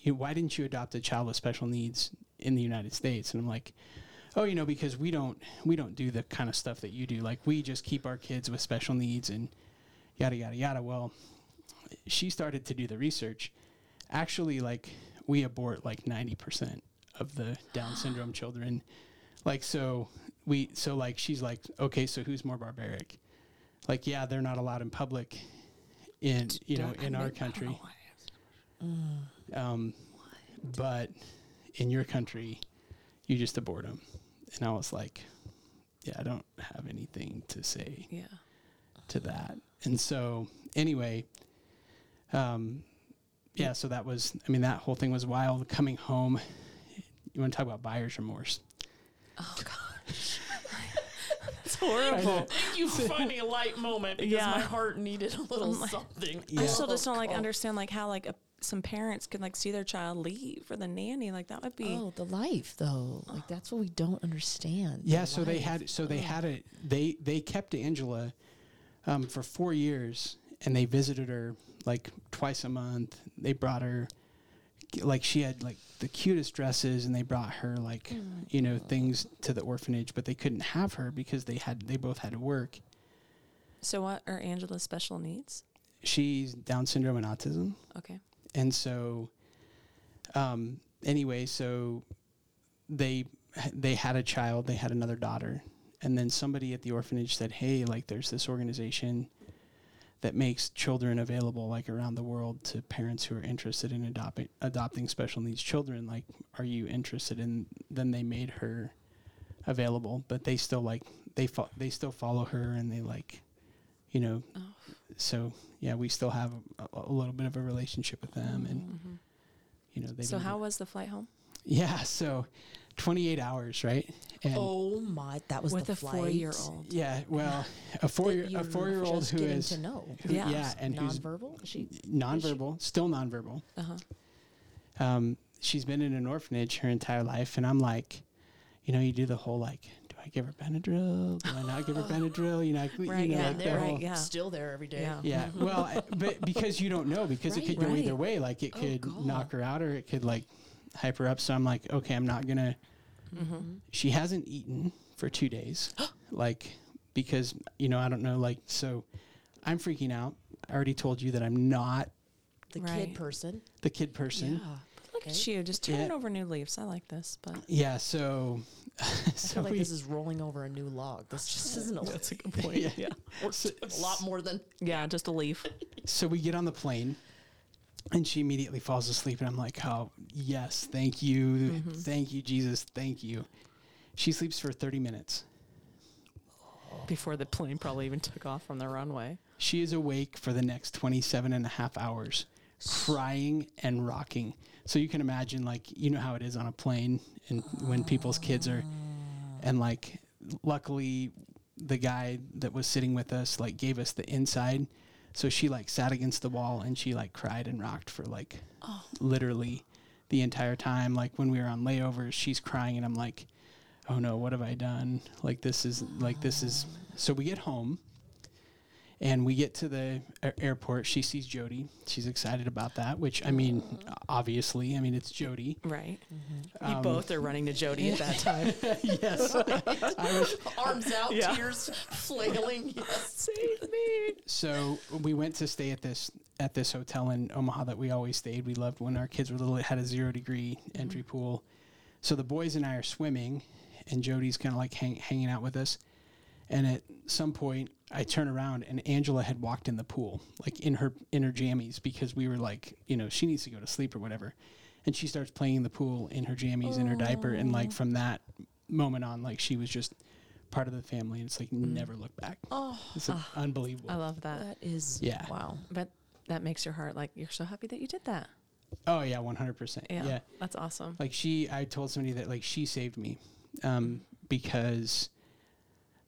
Speaker 3: you, why didn't you adopt a child with special needs in the united states and i'm like oh you know because we don't we don't do the kind of stuff that you do like we just keep our kids with special needs and yada yada yada well she started to do the research actually like we abort like 90% of the down syndrome children like so we so like she's like okay so who's more barbaric like yeah they're not allowed in public in you know in our country um, but in your country, you just abort them. And I was like, yeah, I don't have anything to say
Speaker 1: Yeah.
Speaker 3: to that. And so, anyway, um, yeah, so that was, I mean, that whole thing was wild. Coming home, you want to talk about buyer's remorse.
Speaker 1: Oh gosh. That's horrible.
Speaker 2: Thank you for finding a light moment because
Speaker 1: Yeah.
Speaker 2: my heart needed a little
Speaker 1: Oh my-
Speaker 2: something.
Speaker 3: Yeah.
Speaker 1: I still just don't like
Speaker 2: Oh,
Speaker 1: understand like how like a, some parents could like see their child leave for the nanny. Like that would be
Speaker 4: Oh, the life though. Like that's what we don't understand. the
Speaker 3: Yeah, so they
Speaker 4: life.
Speaker 3: had so they had it they they kept Angela um, for four years and they visited her like twice a month. They brought her like she had like the cutest dresses and they brought her like you know things to the orphanage, but they couldn't have her because they had they both had to work.
Speaker 1: so what are Angela's special needs?
Speaker 3: She's Down syndrome and autism.
Speaker 1: Okay.
Speaker 3: and so um anyway so they they had a child they had another daughter and then somebody at the orphanage said hey like there's this organization that makes children available like around the world to parents who are interested in adopting adopting special needs children like are you interested in then they made her available but they still like they fo- they still follow her and they like you know
Speaker 1: Oh.
Speaker 3: so yeah we still have a, a little bit of a relationship with them Um, and
Speaker 1: Mhm.
Speaker 3: you know they
Speaker 1: So
Speaker 3: didn't-
Speaker 1: how was the flight home?
Speaker 3: yeah so 28 hours right and
Speaker 2: Oh,
Speaker 4: my that was
Speaker 1: With
Speaker 4: the
Speaker 1: a
Speaker 4: flight
Speaker 1: four year old.
Speaker 3: yeah well a four
Speaker 4: that
Speaker 3: year
Speaker 4: you're
Speaker 3: a four year old
Speaker 4: just
Speaker 3: who
Speaker 4: getting
Speaker 3: is
Speaker 4: to know.
Speaker 3: who-
Speaker 1: Yeah.
Speaker 3: yeah, and who's
Speaker 4: nonverbal. She
Speaker 3: nonverbal still nonverbal
Speaker 1: Uh huh.
Speaker 3: um she's been in an orphanage her entire life and i'm like you know you do the whole like do i give her benadryl do i not give her benadryl you know, like,
Speaker 1: Right,
Speaker 3: you know
Speaker 1: yeah,
Speaker 3: like the
Speaker 1: they're right,
Speaker 3: whole-
Speaker 1: yeah.
Speaker 2: still there every day.
Speaker 1: Yeah.
Speaker 3: Yeah. Well, I- but because you don't know, because
Speaker 4: Right,
Speaker 3: it could go
Speaker 4: right.
Speaker 3: either way. Like it
Speaker 4: Oh,
Speaker 3: could
Speaker 4: God.
Speaker 3: knock her out, or it could like hype her up. So I'm like, okay, I'm not gonna.
Speaker 4: Mm-hmm.
Speaker 3: She hasn't eaten for two days, like because you know I don't know. Like so, I'm freaking out. I already told you that I'm not
Speaker 4: Mm-hmm. the
Speaker 1: Right.
Speaker 4: kid person.
Speaker 3: the kid person.
Speaker 4: Yeah.
Speaker 1: Look
Speaker 4: Okay.
Speaker 1: at you, just turning
Speaker 3: Yeah.
Speaker 1: over new leaves. I like this, but
Speaker 3: Yeah. so,
Speaker 4: I
Speaker 3: so
Speaker 4: feel like
Speaker 3: we-
Speaker 4: this is rolling over a new log. This just isn't a
Speaker 2: That's a good point.
Speaker 3: Yeah.
Speaker 2: Or a lot more than
Speaker 1: yeah, just a leaf.
Speaker 3: so we get on the plane and she immediately falls asleep and i'm like oh yes thank you thank you jesus thank you she sleeps for 30 minutes
Speaker 1: Before the plane probably even took off from the runway.
Speaker 3: she is awake for the next 27 and a half hours crying and rocking so you can imagine like you know how it is on a plane and when people's kids are and like luckily the guy that was sitting with us like gave us the inside so she like sat against the wall and she like cried and rocked for like literally the entire time like when we were on layovers she's crying and i'm like oh no what have i done like this is like this is so we get home And we get to the a- airport. She sees Jody. She's excited about that, which I mean, obviously, I mean it's Jody.
Speaker 1: Right.
Speaker 2: Mm-hmm. Um,
Speaker 1: You both are running to Jody at that time.
Speaker 3: yes.
Speaker 2: Arms out,
Speaker 1: Yeah.
Speaker 2: tears flailing. Yes.
Speaker 1: Save me.
Speaker 3: so we went to stay at this at this hotel in Omaha that we always stayed. We loved when our kids were little. It had a zero degree entry pool, so the boys and I are swimming, and Jody's kind of like hang, hanging out with us. And at some point, I turn around and Angela had walked in the pool, like in her in her jammies, because we were like, you know, she needs to go to sleep or whatever. And she starts playing in the pool in her jammies in her diaper, and like from that moment on, like she was just part of the family, and it's like never look back.
Speaker 2: Oh,
Speaker 3: It's like, unbelievable.
Speaker 1: I love that.
Speaker 2: that is
Speaker 3: Yeah.
Speaker 2: wow.
Speaker 1: But that makes your heart like you're so happy that you did that.
Speaker 3: Oh yeah, one hundred percent.
Speaker 1: Yeah.
Speaker 3: Yeah,
Speaker 1: That's awesome.
Speaker 3: like she, I told somebody that like she saved me, um, because,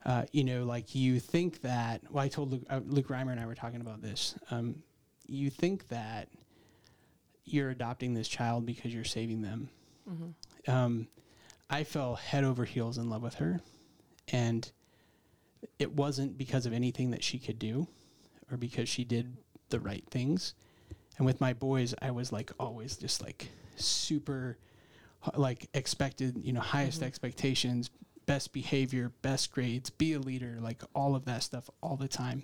Speaker 3: uh, you know, like you think that. Well, I told Luke, uh, Luke Reimer and I were talking about this. Um, you think that you're adopting this child because you're saving them. Um, I fell head over heels in love with her, and it wasn't because of anything that she could do, or because she did the right things. And with my boys, I was like always just like super, h- like expected, you know, highest expectations, best behavior, best grades, be a leader, like all of that stuff all the time.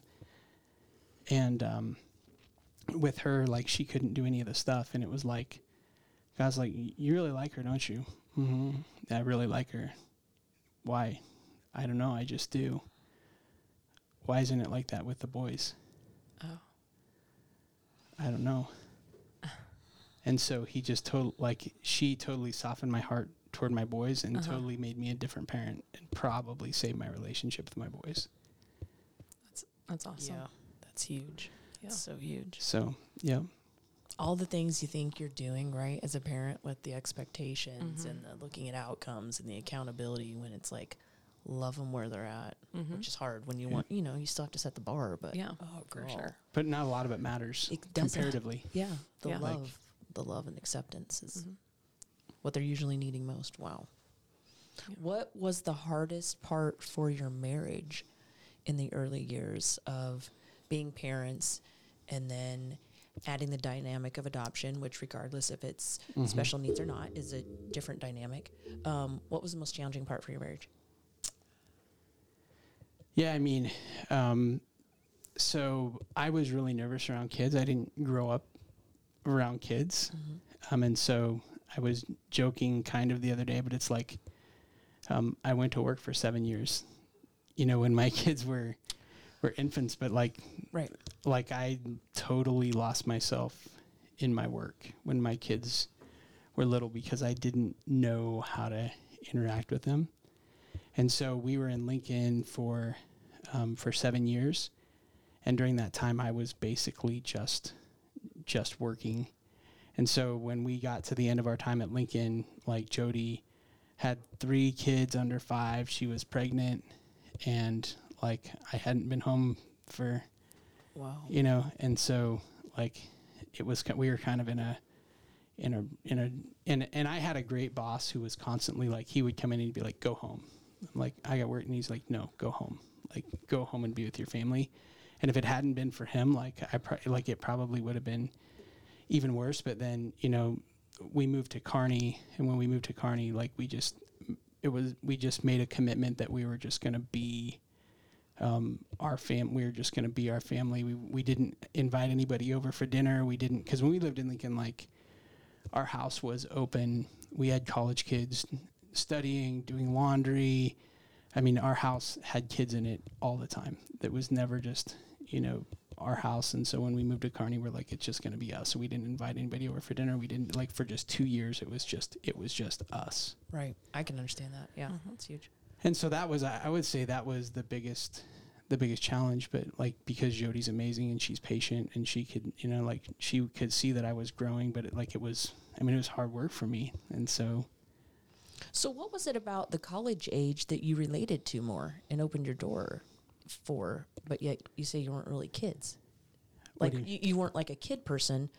Speaker 3: And um, with her, like she couldn't do any of the stuff. And it was like, God's like, "Y- you really like her, don't you? hmm I really like her. Why? I don't know. I just do. Why isn't it like that with the boys?
Speaker 1: Oh.
Speaker 3: I don't know. And so he just total like she totally softened my heart toward my boys and
Speaker 1: Uh-huh.
Speaker 3: totally made me a different parent and probably saved my relationship with my boys.
Speaker 1: That's awesome.
Speaker 2: Yeah, that's huge.
Speaker 1: Yeah.
Speaker 2: It's so huge.
Speaker 3: So yeah,
Speaker 2: All the things you think you're doing right as a parent with the expectations
Speaker 1: Mhm.
Speaker 2: and the looking at outcomes and the accountability when it's like love them where they're at,
Speaker 1: Mhm.
Speaker 2: which is hard when you
Speaker 3: Yeah.
Speaker 2: want, you know, you still have to set the bar, but
Speaker 1: Yeah.
Speaker 2: oh,
Speaker 1: for
Speaker 2: girl.
Speaker 1: sure.
Speaker 3: but not a lot of it matters
Speaker 2: It doesn't.
Speaker 3: comparatively.
Speaker 2: Yeah, the
Speaker 1: Yeah.
Speaker 2: love,
Speaker 3: Like-
Speaker 2: the love and acceptance is
Speaker 1: Mhm.
Speaker 2: what they're usually needing most. Wow.
Speaker 1: Yeah.
Speaker 2: What was the hardest part for your marriage in the early years of being parents and then adding the dynamic of adoption, which, regardless if it's
Speaker 3: Mhm.
Speaker 2: special needs or not, is a different dynamic? Um, what was the most challenging part for your marriage?
Speaker 3: Yeah, I mean, um, so I was really nervous around kids. I didn't grow up around kids. Um, and so I was joking kind of the other day, but it's like um, I went to work for seven years, you know, when my kids were were infants, but like
Speaker 2: Right.
Speaker 3: like I totally lost myself in my work when my kids were little because I didn't know how to interact with them. And so we were in Lincoln for um, for seven years, and during that time, I was basically just just working. And so when we got to the end of our time at Lincoln, like Jody had three kids under five, she was pregnant, and like I hadn't been home for
Speaker 2: Wow.
Speaker 3: you know and so like it was ki- we were kind of in a in a in a and and i had a great boss who was constantly like he would come in and he'd be like go home i'm like i got work and he's like no go home like go home and be with your family and if it hadn't been for him like i pro- like it probably would have been even worse but then you know we moved to Kearney and when we moved to Kearney like we just it was we just made a commitment that we were just going to be um, our fam we were just going to be our family we, we didn't invite anybody over for dinner we didn't because when we lived in lincoln like our house was open we had college kids studying doing laundry i mean our house had kids in it all the time that was never just you know our house and so when we moved to Kearney, we're like it's just going to be us so we didn't invite anybody over for dinner we didn't like for just two years it was just it was just us
Speaker 2: Right. I can understand that. Yeah.
Speaker 1: Mhm.
Speaker 2: That's huge.
Speaker 3: and so that was, I I would say that was the biggest, the biggest challenge. But like, because Jody's amazing and she's patient and she could, you know, like she could see that I was growing, but it, like it was, I mean, it was hard work for me. And so,
Speaker 2: So, what was it about the college age that you related to more and opened your door for? But yet, you say you weren't really kids.
Speaker 3: What
Speaker 2: Like
Speaker 3: do
Speaker 2: you, you, weren't like a kid person,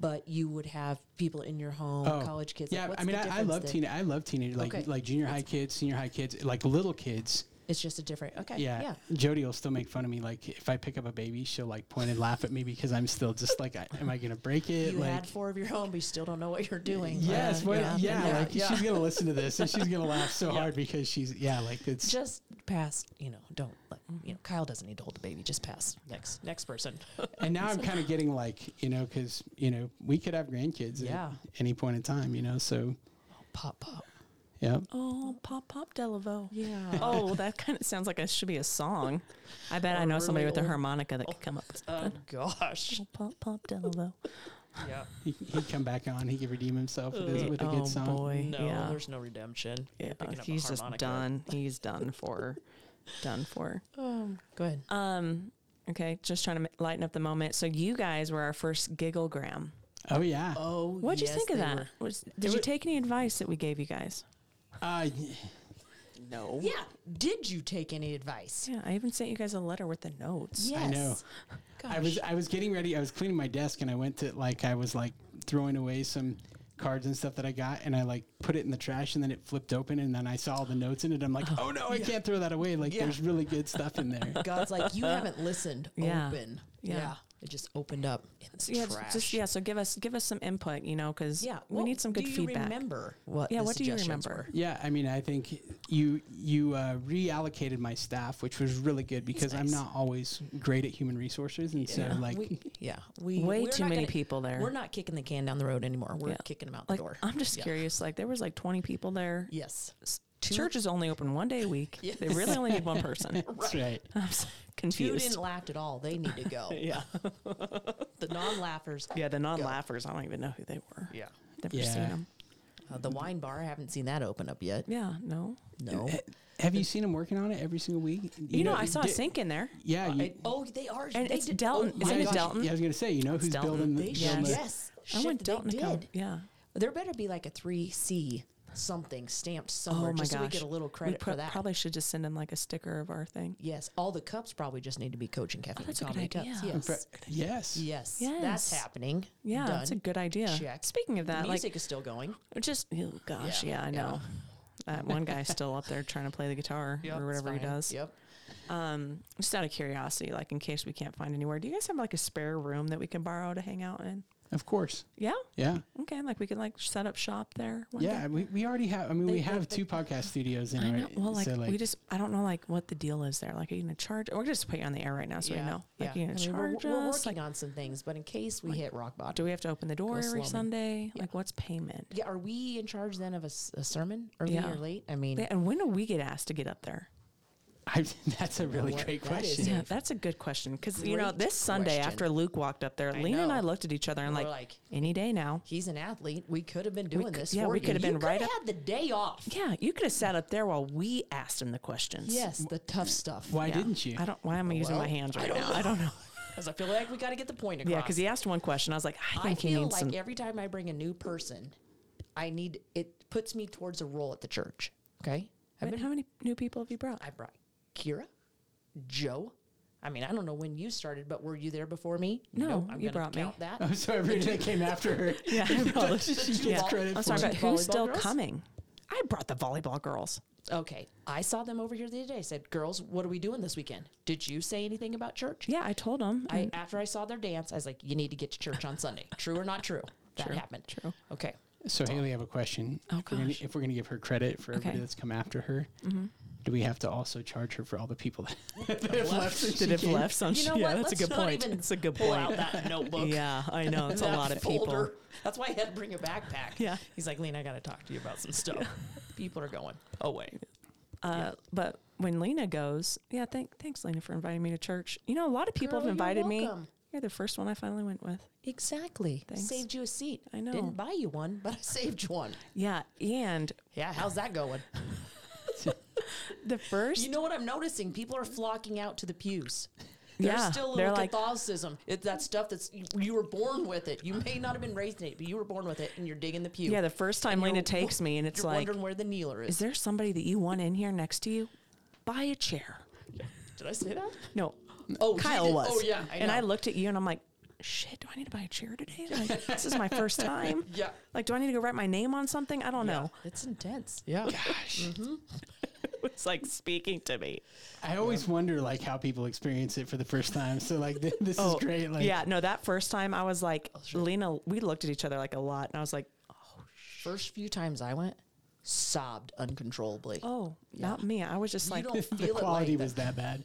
Speaker 2: but you would have people in your home,
Speaker 3: Oh.
Speaker 2: college kids.
Speaker 3: yeah,
Speaker 2: like, what's
Speaker 3: I mean,
Speaker 2: the
Speaker 3: I, I
Speaker 2: difference
Speaker 3: love
Speaker 2: that-
Speaker 3: teen, I love teenage, like,
Speaker 2: Okay.
Speaker 3: like junior high kids, senior high kids, like little kids.
Speaker 2: It's just a different. Okay.
Speaker 3: yeah.
Speaker 2: Eh, Yeah.
Speaker 3: Jody will still make fun of me. Like if I pick up a baby, she'll like point and laugh at me because I'm still just like, I, am I gonna break it?
Speaker 2: You
Speaker 3: like
Speaker 2: had four of your own, but you still don't know what you're doing.
Speaker 3: Yes,
Speaker 2: Like,
Speaker 3: what, yeah,
Speaker 2: yeah,
Speaker 3: like she's gonna listen to this and she's gonna laugh so hard because she's yeah, like it's
Speaker 2: just pass. You know, don't. Let, you know, Kyle doesn't need to hold the baby. Just pass. Next, next person.
Speaker 3: and now I'm kind of getting like you know because you know we could have grandkids
Speaker 2: Yeah.
Speaker 3: at any point in time, you know. So
Speaker 2: pop, pop.
Speaker 3: yeah,
Speaker 1: Oh, pop pop Delaveau.
Speaker 2: Yeah.
Speaker 1: Oh, well, that kind of sounds like it should be a song. I bet
Speaker 2: A
Speaker 1: I know somebody
Speaker 2: really
Speaker 1: with a
Speaker 2: old-
Speaker 1: harmonica that could come up with
Speaker 2: Oh
Speaker 1: something.
Speaker 2: gosh.
Speaker 1: Oh, pop pop Delaveau.
Speaker 2: Yeah.
Speaker 3: he, he'd come back on, he could redeem himself with, his,
Speaker 2: Uh,
Speaker 3: with a
Speaker 1: oh,
Speaker 3: good song.
Speaker 1: boy.
Speaker 2: No,
Speaker 1: yeah.
Speaker 2: there's no redemption. You're
Speaker 1: Yeah,
Speaker 2: picking up a
Speaker 1: he's just
Speaker 2: harmonica.
Speaker 1: done. He's done for. done for.
Speaker 2: Um, go ahead.
Speaker 1: Um, okay, just trying to m- lighten up the moment. So you guys were our first gigglegram.
Speaker 3: Oh yeah,
Speaker 2: Oh,
Speaker 1: What'd
Speaker 2: yes,
Speaker 1: you think of
Speaker 2: they
Speaker 1: that?
Speaker 2: were.
Speaker 1: Was, did you
Speaker 3: wa-
Speaker 1: take any advice that we gave you guys?
Speaker 3: uh, y-
Speaker 1: No.
Speaker 2: Oh. Yeah. Did you take any advice?
Speaker 1: Yeah, I even sent you guys a letter with the notes.
Speaker 2: Yes.
Speaker 3: I know. I was I was getting ready. I was cleaning my desk and I went to like I was like throwing away some cards and stuff that I got and I like put it in the trash and then it flipped open and then I saw all the notes in it. I'm like, oh no, I can't throw that away. Like
Speaker 2: Yeah.
Speaker 3: there's really good stuff in there.
Speaker 2: God's like, you haven't listened.
Speaker 1: Yeah.
Speaker 2: Open.
Speaker 1: Yeah.
Speaker 2: It just opened up. It's
Speaker 1: So yeah, j-
Speaker 2: trash.
Speaker 1: just yeah. So give us give us some input, you know, because
Speaker 2: Yeah,
Speaker 1: we
Speaker 2: what
Speaker 1: need some good
Speaker 2: do you
Speaker 1: feedback.
Speaker 2: Remember what?
Speaker 1: yeah,
Speaker 2: the
Speaker 1: what do you
Speaker 2: suggestions
Speaker 1: remember?
Speaker 2: were?
Speaker 3: Yeah, I mean, I think you you uh, reallocated my staff, which was really good because I'm
Speaker 2: nice.
Speaker 3: not always great at human resources, and so like
Speaker 2: we, yeah, we
Speaker 1: Way
Speaker 2: we're
Speaker 1: too
Speaker 2: not
Speaker 1: many
Speaker 2: gonna-
Speaker 1: people there.
Speaker 2: We're not kicking the can down the road anymore. We're
Speaker 1: Yeah.
Speaker 2: kicking them out
Speaker 1: like,
Speaker 2: the door.
Speaker 1: I'm just
Speaker 2: Yeah.
Speaker 1: curious. Like, there was like 20 people there.
Speaker 2: Yes,
Speaker 1: S- Church is only open one day a week.
Speaker 2: Yes.
Speaker 1: They really only need one person.
Speaker 3: that's right.
Speaker 1: I'm s-
Speaker 2: two
Speaker 1: confused.
Speaker 2: didn't laugh at all. They need to go.
Speaker 1: yeah,
Speaker 2: the non-laughers.
Speaker 1: yeah. The non-laughers, I don't even know who they were.
Speaker 2: Yeah.
Speaker 1: Never
Speaker 3: Yeah.
Speaker 1: seen them.
Speaker 2: Uh, the wine bar. I haven't seen that open up yet.
Speaker 1: Yeah, no.
Speaker 2: No.
Speaker 3: Have you seen him working on it every single week?
Speaker 1: You, know, I saw a
Speaker 3: di-
Speaker 1: sink in there.
Speaker 3: Yeah, you,
Speaker 2: I- oh, they are.
Speaker 1: And
Speaker 2: they
Speaker 1: it's
Speaker 2: did-
Speaker 1: Delton.
Speaker 2: Oh, my
Speaker 1: Isn't it
Speaker 2: gosh.
Speaker 1: Delton?
Speaker 3: yeah, I was gonna say, you know, who's
Speaker 1: Delton.
Speaker 3: building the
Speaker 2: They
Speaker 1: Yeah.
Speaker 2: should.
Speaker 3: building the-
Speaker 2: Yes.
Speaker 1: I
Speaker 2: Shit,
Speaker 1: want Delton
Speaker 2: they
Speaker 1: to
Speaker 2: did.
Speaker 1: come. Yeah.
Speaker 2: There better be like a three C something stamped somewhere
Speaker 1: oh my
Speaker 2: just
Speaker 1: gosh.
Speaker 2: so we get a little
Speaker 1: We
Speaker 2: credit
Speaker 1: pro-
Speaker 2: for that.
Speaker 1: Probably should just send him like a sticker of our thing.
Speaker 2: Yes, all the cups probably just need to be coaching caffeine.
Speaker 1: Oh, that's a
Speaker 2: How
Speaker 1: good
Speaker 2: many
Speaker 1: idea.
Speaker 2: cups?
Speaker 1: I'm
Speaker 2: Yes.
Speaker 3: Fr- Yes.
Speaker 2: yes,
Speaker 1: Yes.
Speaker 2: that's happening.
Speaker 1: Yeah,
Speaker 2: Done.
Speaker 1: that's a good idea.
Speaker 2: Check.
Speaker 1: Speaking of
Speaker 2: The
Speaker 1: that, like
Speaker 2: music is still going.
Speaker 1: just oh gosh,
Speaker 2: Yeah,
Speaker 1: yeah, I
Speaker 2: yeah.
Speaker 1: know. That one guy's still up there trying to play the guitar
Speaker 2: Yep,
Speaker 1: or
Speaker 2: it's
Speaker 1: whatever he
Speaker 2: fine.
Speaker 1: does.
Speaker 2: Yep.
Speaker 1: Um, just out of curiosity, like in case we can't find anywhere, do you guys have like a spare room that we can borrow to hang out in?
Speaker 3: Of course.
Speaker 1: Yeah.
Speaker 3: Yeah.
Speaker 1: Okay. Like we could like set up shop there. One
Speaker 3: Yeah,
Speaker 1: Day.
Speaker 3: we, we already have. I mean, we
Speaker 2: They-
Speaker 3: have
Speaker 2: they-
Speaker 3: two podcast studios in
Speaker 1: I know.
Speaker 3: our-
Speaker 1: Well, like,
Speaker 3: so,
Speaker 1: we just, I don't know, like what the deal is there. Like, are you gonna charge? We're just put you on the air right now, so
Speaker 2: yeah.
Speaker 1: we know. Like,
Speaker 2: yeah.
Speaker 1: are you gonna
Speaker 2: I mean, we're,
Speaker 1: charge
Speaker 2: we're
Speaker 1: us?
Speaker 2: working
Speaker 1: Like,
Speaker 2: on some things, but in case we hit rock bottom,
Speaker 1: do we have to open the door every
Speaker 2: slow, man.
Speaker 1: Sunday?
Speaker 2: Yeah.
Speaker 1: Like, what's payment?
Speaker 2: yeah, are we in charge then of a, s- a sermon early
Speaker 1: Yeah.
Speaker 2: or late? I mean,
Speaker 1: Yeah, And when do we get asked to get up there?
Speaker 3: I, that's a really
Speaker 2: what-
Speaker 3: great
Speaker 2: that is
Speaker 3: question.
Speaker 1: Yeah, that's a good question because you know
Speaker 2: Great
Speaker 1: this Sunday
Speaker 2: question.
Speaker 1: after Luke walked up there,
Speaker 2: I
Speaker 1: Lena and I
Speaker 2: know.
Speaker 1: looked at each other and
Speaker 2: We're
Speaker 1: like,
Speaker 2: like,
Speaker 1: any day now.
Speaker 2: he's an athlete. We could have been doing
Speaker 1: could-
Speaker 2: this.
Speaker 1: yeah,
Speaker 2: for
Speaker 1: we
Speaker 2: you.
Speaker 1: could have been
Speaker 2: You
Speaker 1: right up-
Speaker 2: Had the day off.
Speaker 1: Yeah, you could have sat up there while we asked him the questions.
Speaker 2: Yes, the tough stuff.
Speaker 3: Why
Speaker 1: Yeah.
Speaker 3: didn't you?
Speaker 1: I don't. Why am I using
Speaker 2: Well,
Speaker 1: my hands
Speaker 2: I
Speaker 1: right
Speaker 2: don't
Speaker 1: now? I don't know.
Speaker 2: Because I feel like we got to get the point across.
Speaker 1: Yeah, because he asked one question. I was like, I
Speaker 2: I
Speaker 1: think he
Speaker 2: feel
Speaker 1: needs
Speaker 2: like
Speaker 1: some.
Speaker 2: every time I bring a new person, I need it puts me towards a role at the church. Okay, I've
Speaker 1: Wait,
Speaker 2: been
Speaker 1: how many new people have you brought?
Speaker 2: I brought Kira, Joe. I mean, I don't know when you started, but were you there before me?
Speaker 1: No,
Speaker 2: Nope,
Speaker 1: you
Speaker 2: gonna
Speaker 1: brought me.
Speaker 2: count that.
Speaker 3: I'm Oh, sorry, everybody that came after her.
Speaker 1: yeah, I know.
Speaker 3: she gets
Speaker 1: Yeah.
Speaker 3: credit
Speaker 1: I'm
Speaker 3: for
Speaker 1: sorry,
Speaker 3: it.
Speaker 1: but
Speaker 2: it.
Speaker 1: who's
Speaker 2: Volleyball
Speaker 1: still
Speaker 2: girls?
Speaker 1: coming? I brought the volleyball girls.
Speaker 2: Okay, I saw them over here the other day. I said, "Girls, what are we doing this weekend? Did you say anything about church?"
Speaker 1: Yeah, I told them.
Speaker 2: I after I saw their dance, I was like, "You need to get to church on Sunday." True or not true? That happened.
Speaker 1: true.
Speaker 2: Okay.
Speaker 3: So Haley, I have a question.
Speaker 1: Oh,
Speaker 3: if, we're gonna,
Speaker 1: gosh.
Speaker 3: if we're gonna give her credit for everybody
Speaker 1: Okay.
Speaker 3: that's come after her, do we have to also charge her for all the people that, that have left? since
Speaker 1: did
Speaker 3: she
Speaker 1: have
Speaker 3: came?
Speaker 1: left some.
Speaker 2: You know
Speaker 1: yeah,
Speaker 2: what?
Speaker 1: that's
Speaker 2: Let's
Speaker 1: a good
Speaker 2: not
Speaker 1: point.
Speaker 2: even
Speaker 1: It's a good
Speaker 2: pull out
Speaker 1: point.
Speaker 2: that notebook.
Speaker 1: Yeah, I know. It's a
Speaker 2: that
Speaker 1: lot of people.
Speaker 2: folder. That's why I had to bring a backpack.
Speaker 1: Yeah.
Speaker 2: He's like, Lena, I got to talk to you about some stuff. People are going, oh, wait.
Speaker 1: Uh, but when Lena goes, yeah, thank, thanks, Lena, for inviting me to church. You know, a lot of people
Speaker 2: Girl,
Speaker 1: have
Speaker 2: you're
Speaker 1: invited me.
Speaker 2: welcome.
Speaker 1: You're the first one I finally went with.
Speaker 2: Exactly.
Speaker 1: Thanks.
Speaker 2: Saved you a seat.
Speaker 1: I know.
Speaker 2: Didn't buy you one, but I saved you one.
Speaker 1: Yeah, and
Speaker 2: Yeah, how's that going?
Speaker 1: the first,
Speaker 2: You know what I'm noticing? People are flocking out to the pews. There's
Speaker 1: Yeah,
Speaker 2: still a
Speaker 1: they're
Speaker 2: little
Speaker 1: like-
Speaker 2: Catholicism. It's that stuff that's you, you were born with it. You may not have been raised in it, but you were born with it, and you're digging the pew.
Speaker 1: yeah, the first time
Speaker 2: And
Speaker 1: Lena
Speaker 2: you're-
Speaker 1: takes me, and it's
Speaker 2: you're
Speaker 1: like,
Speaker 2: wondering where the kneeler
Speaker 1: is
Speaker 2: is.
Speaker 1: there somebody that you want in here next to you? Buy a chair.
Speaker 2: Did I say that?
Speaker 1: No,
Speaker 2: Oh, you
Speaker 1: Mm, Kyle
Speaker 2: did-
Speaker 1: was.
Speaker 2: Oh yeah,
Speaker 1: and I
Speaker 2: know.
Speaker 1: looked at you, and I'm like, shit, do I need to buy a chair today? Like, this is my first time.
Speaker 2: Yeah.
Speaker 1: Like, do I need to go write my name on something? I don't know.
Speaker 2: It's intense. Yeah.
Speaker 3: Gosh,
Speaker 1: was like speaking to me.
Speaker 3: I always wonder like how people experience it for the first time. So like th- this
Speaker 2: Oh,
Speaker 3: is great. Like
Speaker 1: Oh, yeah, no, that first time I was like, Lena, we looked at each other like a lot, and I was like,
Speaker 2: First few times I went, sobbed uncontrollably.
Speaker 1: oh, not me. I was just like,
Speaker 2: you don't
Speaker 3: the
Speaker 2: feel it
Speaker 3: quality
Speaker 2: like
Speaker 3: was that bad.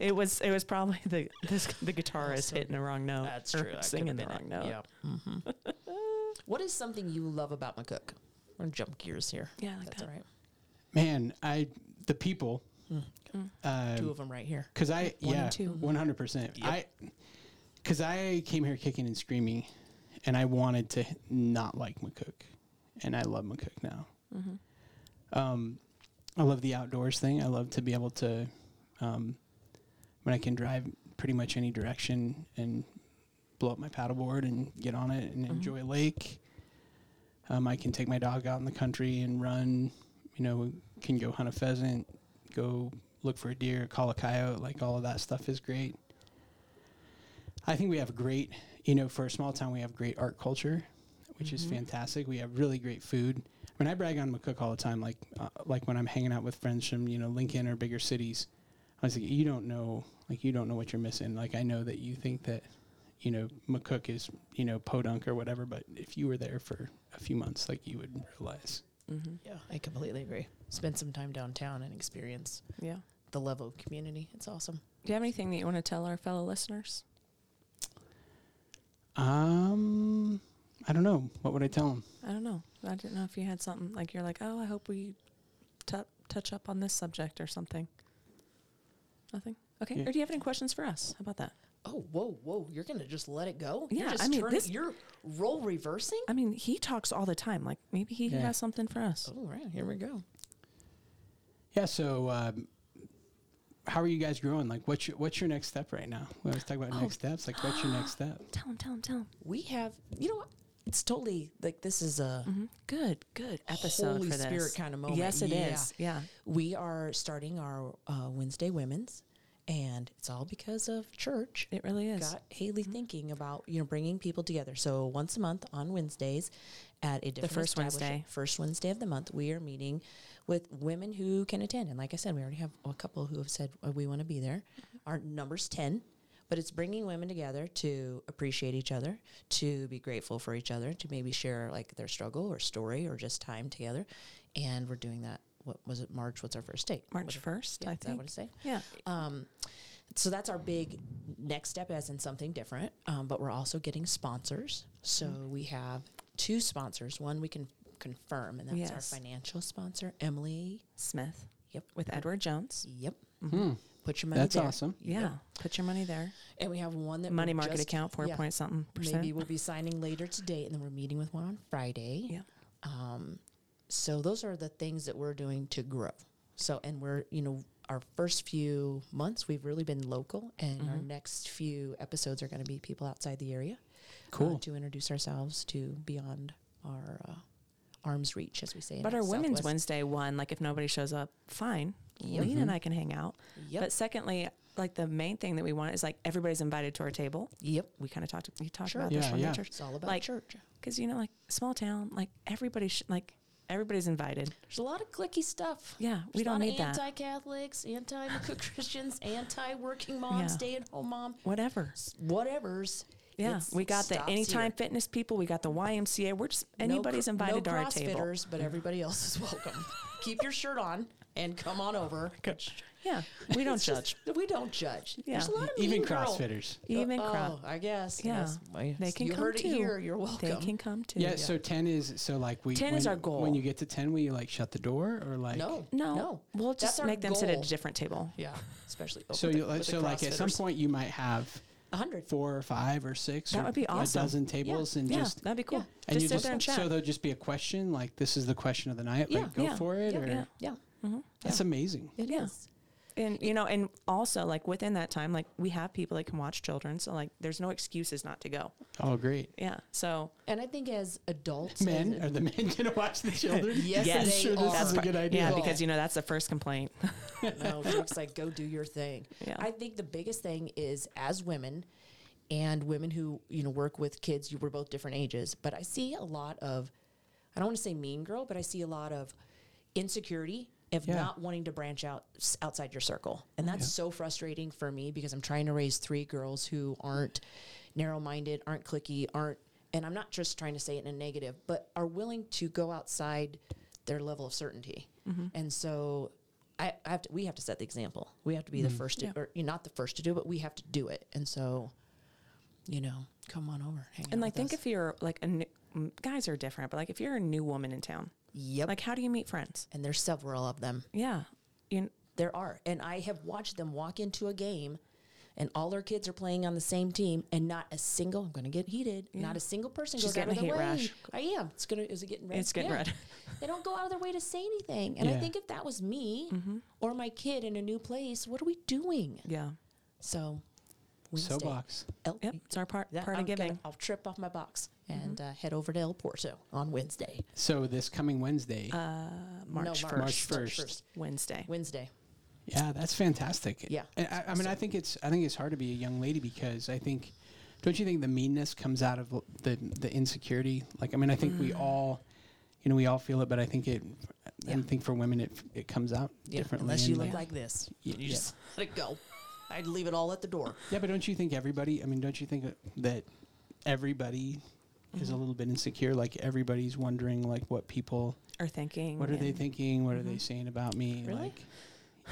Speaker 1: it was, it was probably the this, the guitarist hitting the wrong note,
Speaker 2: That's
Speaker 1: or
Speaker 2: true. That
Speaker 1: singing the
Speaker 2: could've
Speaker 1: wrong
Speaker 2: been
Speaker 1: note.
Speaker 2: it. Yep. what is something you love about McCook? We're gonna jump gears here.
Speaker 1: Yeah, I like
Speaker 2: that's
Speaker 1: that.
Speaker 2: all right.
Speaker 3: Man, I the people. uh,
Speaker 2: Two of them right here.
Speaker 3: Because I
Speaker 1: One and
Speaker 3: yeah,
Speaker 1: two.
Speaker 3: one hundred percent. I because I came here kicking and screaming, and I wanted to not like McCook, and I love McCook now.
Speaker 1: Mm-hmm.
Speaker 3: Um, I love the outdoors thing. I love to be able to um, when I can drive pretty much any direction and blow up my paddleboard and get on it
Speaker 1: Mm-hmm.
Speaker 3: and enjoy a lake. Um, I can take my dog out in the country and run. You know, can go hunt a pheasant, go look for a deer, call a coyote. Like all of that stuff is great. I think we have great, you know, for a small town, we have great art culture, which is fantastic. We have really great food. I mean, I brag on McCook all the time. Like, uh, like when I'm hanging out with friends from you know Lincoln or bigger cities, I was like, you don't know, like you don't know what you're missing. Like I know that you think that, you know, McCook is you know podunk or whatever, but if you were there for a few months, like you would realize.
Speaker 1: Mm-hmm.
Speaker 2: Yeah, I completely agree. Spend some time downtown and experience
Speaker 1: Yeah.
Speaker 2: the level of community. It's awesome.
Speaker 1: Do you have anything that you want to tell our fellow listeners?
Speaker 3: Um, I don't know. What would I tell them?
Speaker 1: I don't know. I didn't know if you had something like you're like, oh, I hope we t- touch up on this subject or something. Nothing. Okay.
Speaker 3: Yeah.
Speaker 1: Or do you have any questions for us? How about that?
Speaker 2: Oh, whoa, whoa! You're gonna just let it go?
Speaker 1: Yeah,
Speaker 2: you're
Speaker 1: I
Speaker 2: just
Speaker 1: mean,
Speaker 2: turning-
Speaker 1: this-
Speaker 2: you're role reversing.
Speaker 1: I mean, he talks all the time. Like maybe he
Speaker 3: Yeah.
Speaker 1: has something for us.
Speaker 2: All right, here we go.
Speaker 3: Yeah. So, um, how are you guys growing? Like, what's your what's your next step right now? We always talk about
Speaker 1: Oh.
Speaker 3: next steps. Like, what's your next step?
Speaker 1: Tell him. Tell him. Tell him.
Speaker 2: We have, you know, what? It's totally like this is a
Speaker 1: Good. Good episode
Speaker 2: Holy
Speaker 1: for this.
Speaker 2: Spirit kinda moment.
Speaker 1: Yes, it is. Yeah.
Speaker 2: Yeah. we are starting our uh, Wednesday women's, and it's all because of church.
Speaker 1: It really is.
Speaker 2: Got Haley
Speaker 1: Mm-hmm.
Speaker 2: thinking about you know bringing people together. So once a month on Wednesdays, at a different
Speaker 1: first
Speaker 2: establish-
Speaker 1: Wednesday.
Speaker 2: first Wednesday of the month, we are meeting with women who can attend. And like I said, we already have a couple who have said uh, we want to be there.
Speaker 1: Mm-hmm.
Speaker 2: Our number's ten, but it's bringing women together to appreciate each other, to be grateful for each other, to maybe share like their struggle or story or just time together. And we're doing that. What was it? March? What's our first date?
Speaker 1: March
Speaker 2: Whatever.
Speaker 1: first.
Speaker 2: Yeah,
Speaker 1: I
Speaker 2: is that
Speaker 1: think.
Speaker 2: what it's saying?
Speaker 1: yeah.
Speaker 2: Um, so that's our big next step, as in something different. Um, but we're also getting sponsors. So
Speaker 1: Mm.
Speaker 2: we have two sponsors. One we can confirm, and that's
Speaker 1: Yes.
Speaker 2: our financial sponsor, Emily.
Speaker 1: Smith.
Speaker 2: Yep.
Speaker 1: With Edward Jones.
Speaker 2: Yep.
Speaker 3: Hmm.
Speaker 2: Put your money
Speaker 3: That's
Speaker 2: there.
Speaker 3: awesome.
Speaker 1: Yeah. Put your money there.
Speaker 2: And we have one that
Speaker 1: Money
Speaker 2: we're
Speaker 1: market
Speaker 2: just-
Speaker 1: account four
Speaker 2: yeah,
Speaker 1: point something percent.
Speaker 2: Maybe we'll be signing later today, and then we're meeting with one on Friday.
Speaker 1: Yeah.
Speaker 2: Um, so those are the things that we're doing to grow. So, and we're, you know, our first few months, we've really been local, and
Speaker 1: Mm-hmm.
Speaker 2: our next few episodes are going to be people outside the area. uh,
Speaker 3: Cool.
Speaker 2: to introduce ourselves to beyond our uh, arm's reach, as we say. in
Speaker 1: But our Women's
Speaker 2: Southwest.
Speaker 1: Wednesday one, like if nobody shows up, fine.
Speaker 2: Yep. Mm-hmm.
Speaker 1: Lena and I can hang out.
Speaker 2: Yep.
Speaker 1: But secondly, like the main thing that we want is like everybody's invited to our table.
Speaker 2: Yep.
Speaker 1: We kind of talked. We talked
Speaker 2: Sure.
Speaker 1: about
Speaker 3: Yeah,
Speaker 1: this one
Speaker 3: yeah.
Speaker 1: at church
Speaker 2: It's all about
Speaker 1: Like-
Speaker 2: church.
Speaker 1: because you know, like small town, like everybody, sh- like everybody's invited.
Speaker 2: There's a lot of clicky stuff.
Speaker 1: Yeah, we
Speaker 2: There's a
Speaker 1: don't
Speaker 2: lot
Speaker 1: need
Speaker 2: of
Speaker 1: that.
Speaker 2: anti-Catholics, anti-Christians, anti-working mom,
Speaker 1: Yeah.
Speaker 2: stay-at-home mom,
Speaker 1: Whatever.
Speaker 2: whatever's.
Speaker 1: Yeah,
Speaker 2: It's-
Speaker 1: we got the
Speaker 2: stops
Speaker 1: anytime
Speaker 2: here.
Speaker 1: fitness people. We got the YMCA. We're just
Speaker 2: No
Speaker 1: anybody's
Speaker 2: cr-
Speaker 1: invited to
Speaker 2: no
Speaker 1: our table.
Speaker 2: CrossFitters, but everybody else is welcome. Keep your shirt on and come on over.
Speaker 1: Yeah, we don't
Speaker 2: It's
Speaker 1: judge.
Speaker 2: just- we don't judge.
Speaker 1: Yeah.
Speaker 2: There's a lot of
Speaker 3: E-, Even
Speaker 2: mean girl-
Speaker 3: CrossFitters.
Speaker 1: Even
Speaker 2: oh,
Speaker 1: crop.
Speaker 2: I guess.
Speaker 1: Yeah,
Speaker 2: Yes. Well, yes.
Speaker 1: they can
Speaker 2: you
Speaker 1: come
Speaker 2: heard
Speaker 1: too.
Speaker 2: it here. You're welcome.
Speaker 1: They can come too.
Speaker 3: Yeah, So ten is so like we
Speaker 1: 10 is
Speaker 3: when-
Speaker 1: our goal.
Speaker 3: When you get to ten, will you like shut the door or like
Speaker 2: No.
Speaker 1: No,
Speaker 2: No.
Speaker 1: we'll
Speaker 2: That's
Speaker 1: just
Speaker 2: our
Speaker 1: make them sit at
Speaker 2: goal.
Speaker 1: a different table.
Speaker 2: Yeah. Especially.
Speaker 3: So you like, so like at some point you might have
Speaker 2: hundred.
Speaker 3: four or five or six.
Speaker 1: That
Speaker 3: or
Speaker 1: would be awesome.
Speaker 3: A dozen tables and
Speaker 1: Yeah,
Speaker 3: just
Speaker 1: that'd be cool.
Speaker 2: yeah.
Speaker 3: and
Speaker 1: just
Speaker 3: you
Speaker 1: sit
Speaker 3: just
Speaker 1: there and chat.
Speaker 3: so there'll just be a question like this is the question of the night.
Speaker 2: Yeah.
Speaker 3: Like go
Speaker 1: Yeah.
Speaker 3: for it
Speaker 2: Yeah.
Speaker 3: or
Speaker 1: Yeah.
Speaker 2: Yeah.
Speaker 3: that's amazing.
Speaker 2: It
Speaker 1: Yeah.
Speaker 2: is.
Speaker 1: and you know and also like within that time like we have people that can watch children so like there's no excuses not to go
Speaker 3: Oh great.
Speaker 1: yeah so
Speaker 2: And I think as adults,
Speaker 3: Men
Speaker 2: as-
Speaker 3: are the men gonna watch the children?
Speaker 2: Yes, Yes.
Speaker 3: I'm
Speaker 2: they
Speaker 3: sure this
Speaker 2: are.
Speaker 3: is a
Speaker 2: That's
Speaker 3: good
Speaker 1: part-
Speaker 3: idea.
Speaker 1: yeah because you know that's the first complaint
Speaker 2: no, Jake's like, go do your thing.
Speaker 1: Yeah.
Speaker 2: I think the biggest thing is as women and women who, you know, work with kids, you were both different ages, but I see a lot of, I don't want to say mean girl, but I see a lot of, insecurity of
Speaker 3: Yeah.
Speaker 2: not wanting to branch out s- outside your circle. And that's so frustrating for me because I'm trying to raise three girls who aren't narrow-minded, aren't clicky, aren't and I'm not just trying to say it in a negative, but are willing to go outside their level of certainty. And so I, I have to, we have to set the example. We have to be the first to,
Speaker 1: Yeah.
Speaker 2: or you know, not the first to do, but we have to do it. And so, you know, come on over. Hang
Speaker 1: And
Speaker 2: out
Speaker 1: like,
Speaker 2: with
Speaker 1: think
Speaker 2: us.
Speaker 1: if you're like a new, m- guys are different, but like if you're a new woman in town,
Speaker 2: yep.
Speaker 1: like how do you meet friends?
Speaker 2: and there's several of them.
Speaker 1: Yeah, you
Speaker 2: There are. And I have watched them walk into a game and all their kids are playing on the same team and not a single I'm gonna get heated. Not a single person
Speaker 1: She's
Speaker 2: goes out of
Speaker 1: getting
Speaker 2: their
Speaker 1: a
Speaker 2: way.
Speaker 1: hate rash.
Speaker 2: I am. It's gonna is it getting red?
Speaker 1: It's getting red.
Speaker 2: they don't go out of their way to say anything. And I
Speaker 3: Yeah.
Speaker 2: think if that was me
Speaker 1: Mm-hmm.
Speaker 2: or my kid in a new place, what are we doing?
Speaker 1: yeah,
Speaker 2: So Wednesday.
Speaker 3: So box.
Speaker 2: El-
Speaker 1: yep. It's our part
Speaker 2: that-
Speaker 1: part
Speaker 2: I'm
Speaker 1: of giving.
Speaker 2: Gonna, I'll trip off my box and uh, head over to El Porto on Wednesday.
Speaker 3: So this coming Wednesday.
Speaker 1: Uh, March
Speaker 2: no,
Speaker 1: first,
Speaker 3: March
Speaker 2: March
Speaker 3: 1st.
Speaker 2: 1st.
Speaker 1: Wednesday.
Speaker 2: Wednesday.
Speaker 3: Yeah, that's fantastic.
Speaker 2: Yeah.
Speaker 3: And I, I mean, I think it's I think it's hard to be a young lady because I think, don't you think the meanness comes out of the the insecurity? Like, I mean, I think we
Speaker 2: Mm.
Speaker 3: all, you know, we all feel it, but I think it, I
Speaker 2: Yeah.
Speaker 3: think for women it it comes out
Speaker 2: Yeah,
Speaker 3: differently.
Speaker 2: unless
Speaker 3: and
Speaker 2: you look like this,
Speaker 3: Y-
Speaker 2: you
Speaker 3: yeah.
Speaker 2: just let it go. I'd leave it all at the door.
Speaker 3: yeah, but don't you think everybody? I mean, don't you think that everybody is a
Speaker 2: Mm-hmm.
Speaker 3: little bit insecure? Like everybody's wondering, like, what people,
Speaker 1: Or thinking.
Speaker 3: what are they
Speaker 1: and-
Speaker 3: thinking? What are they saying about me?
Speaker 2: Really?
Speaker 3: Like,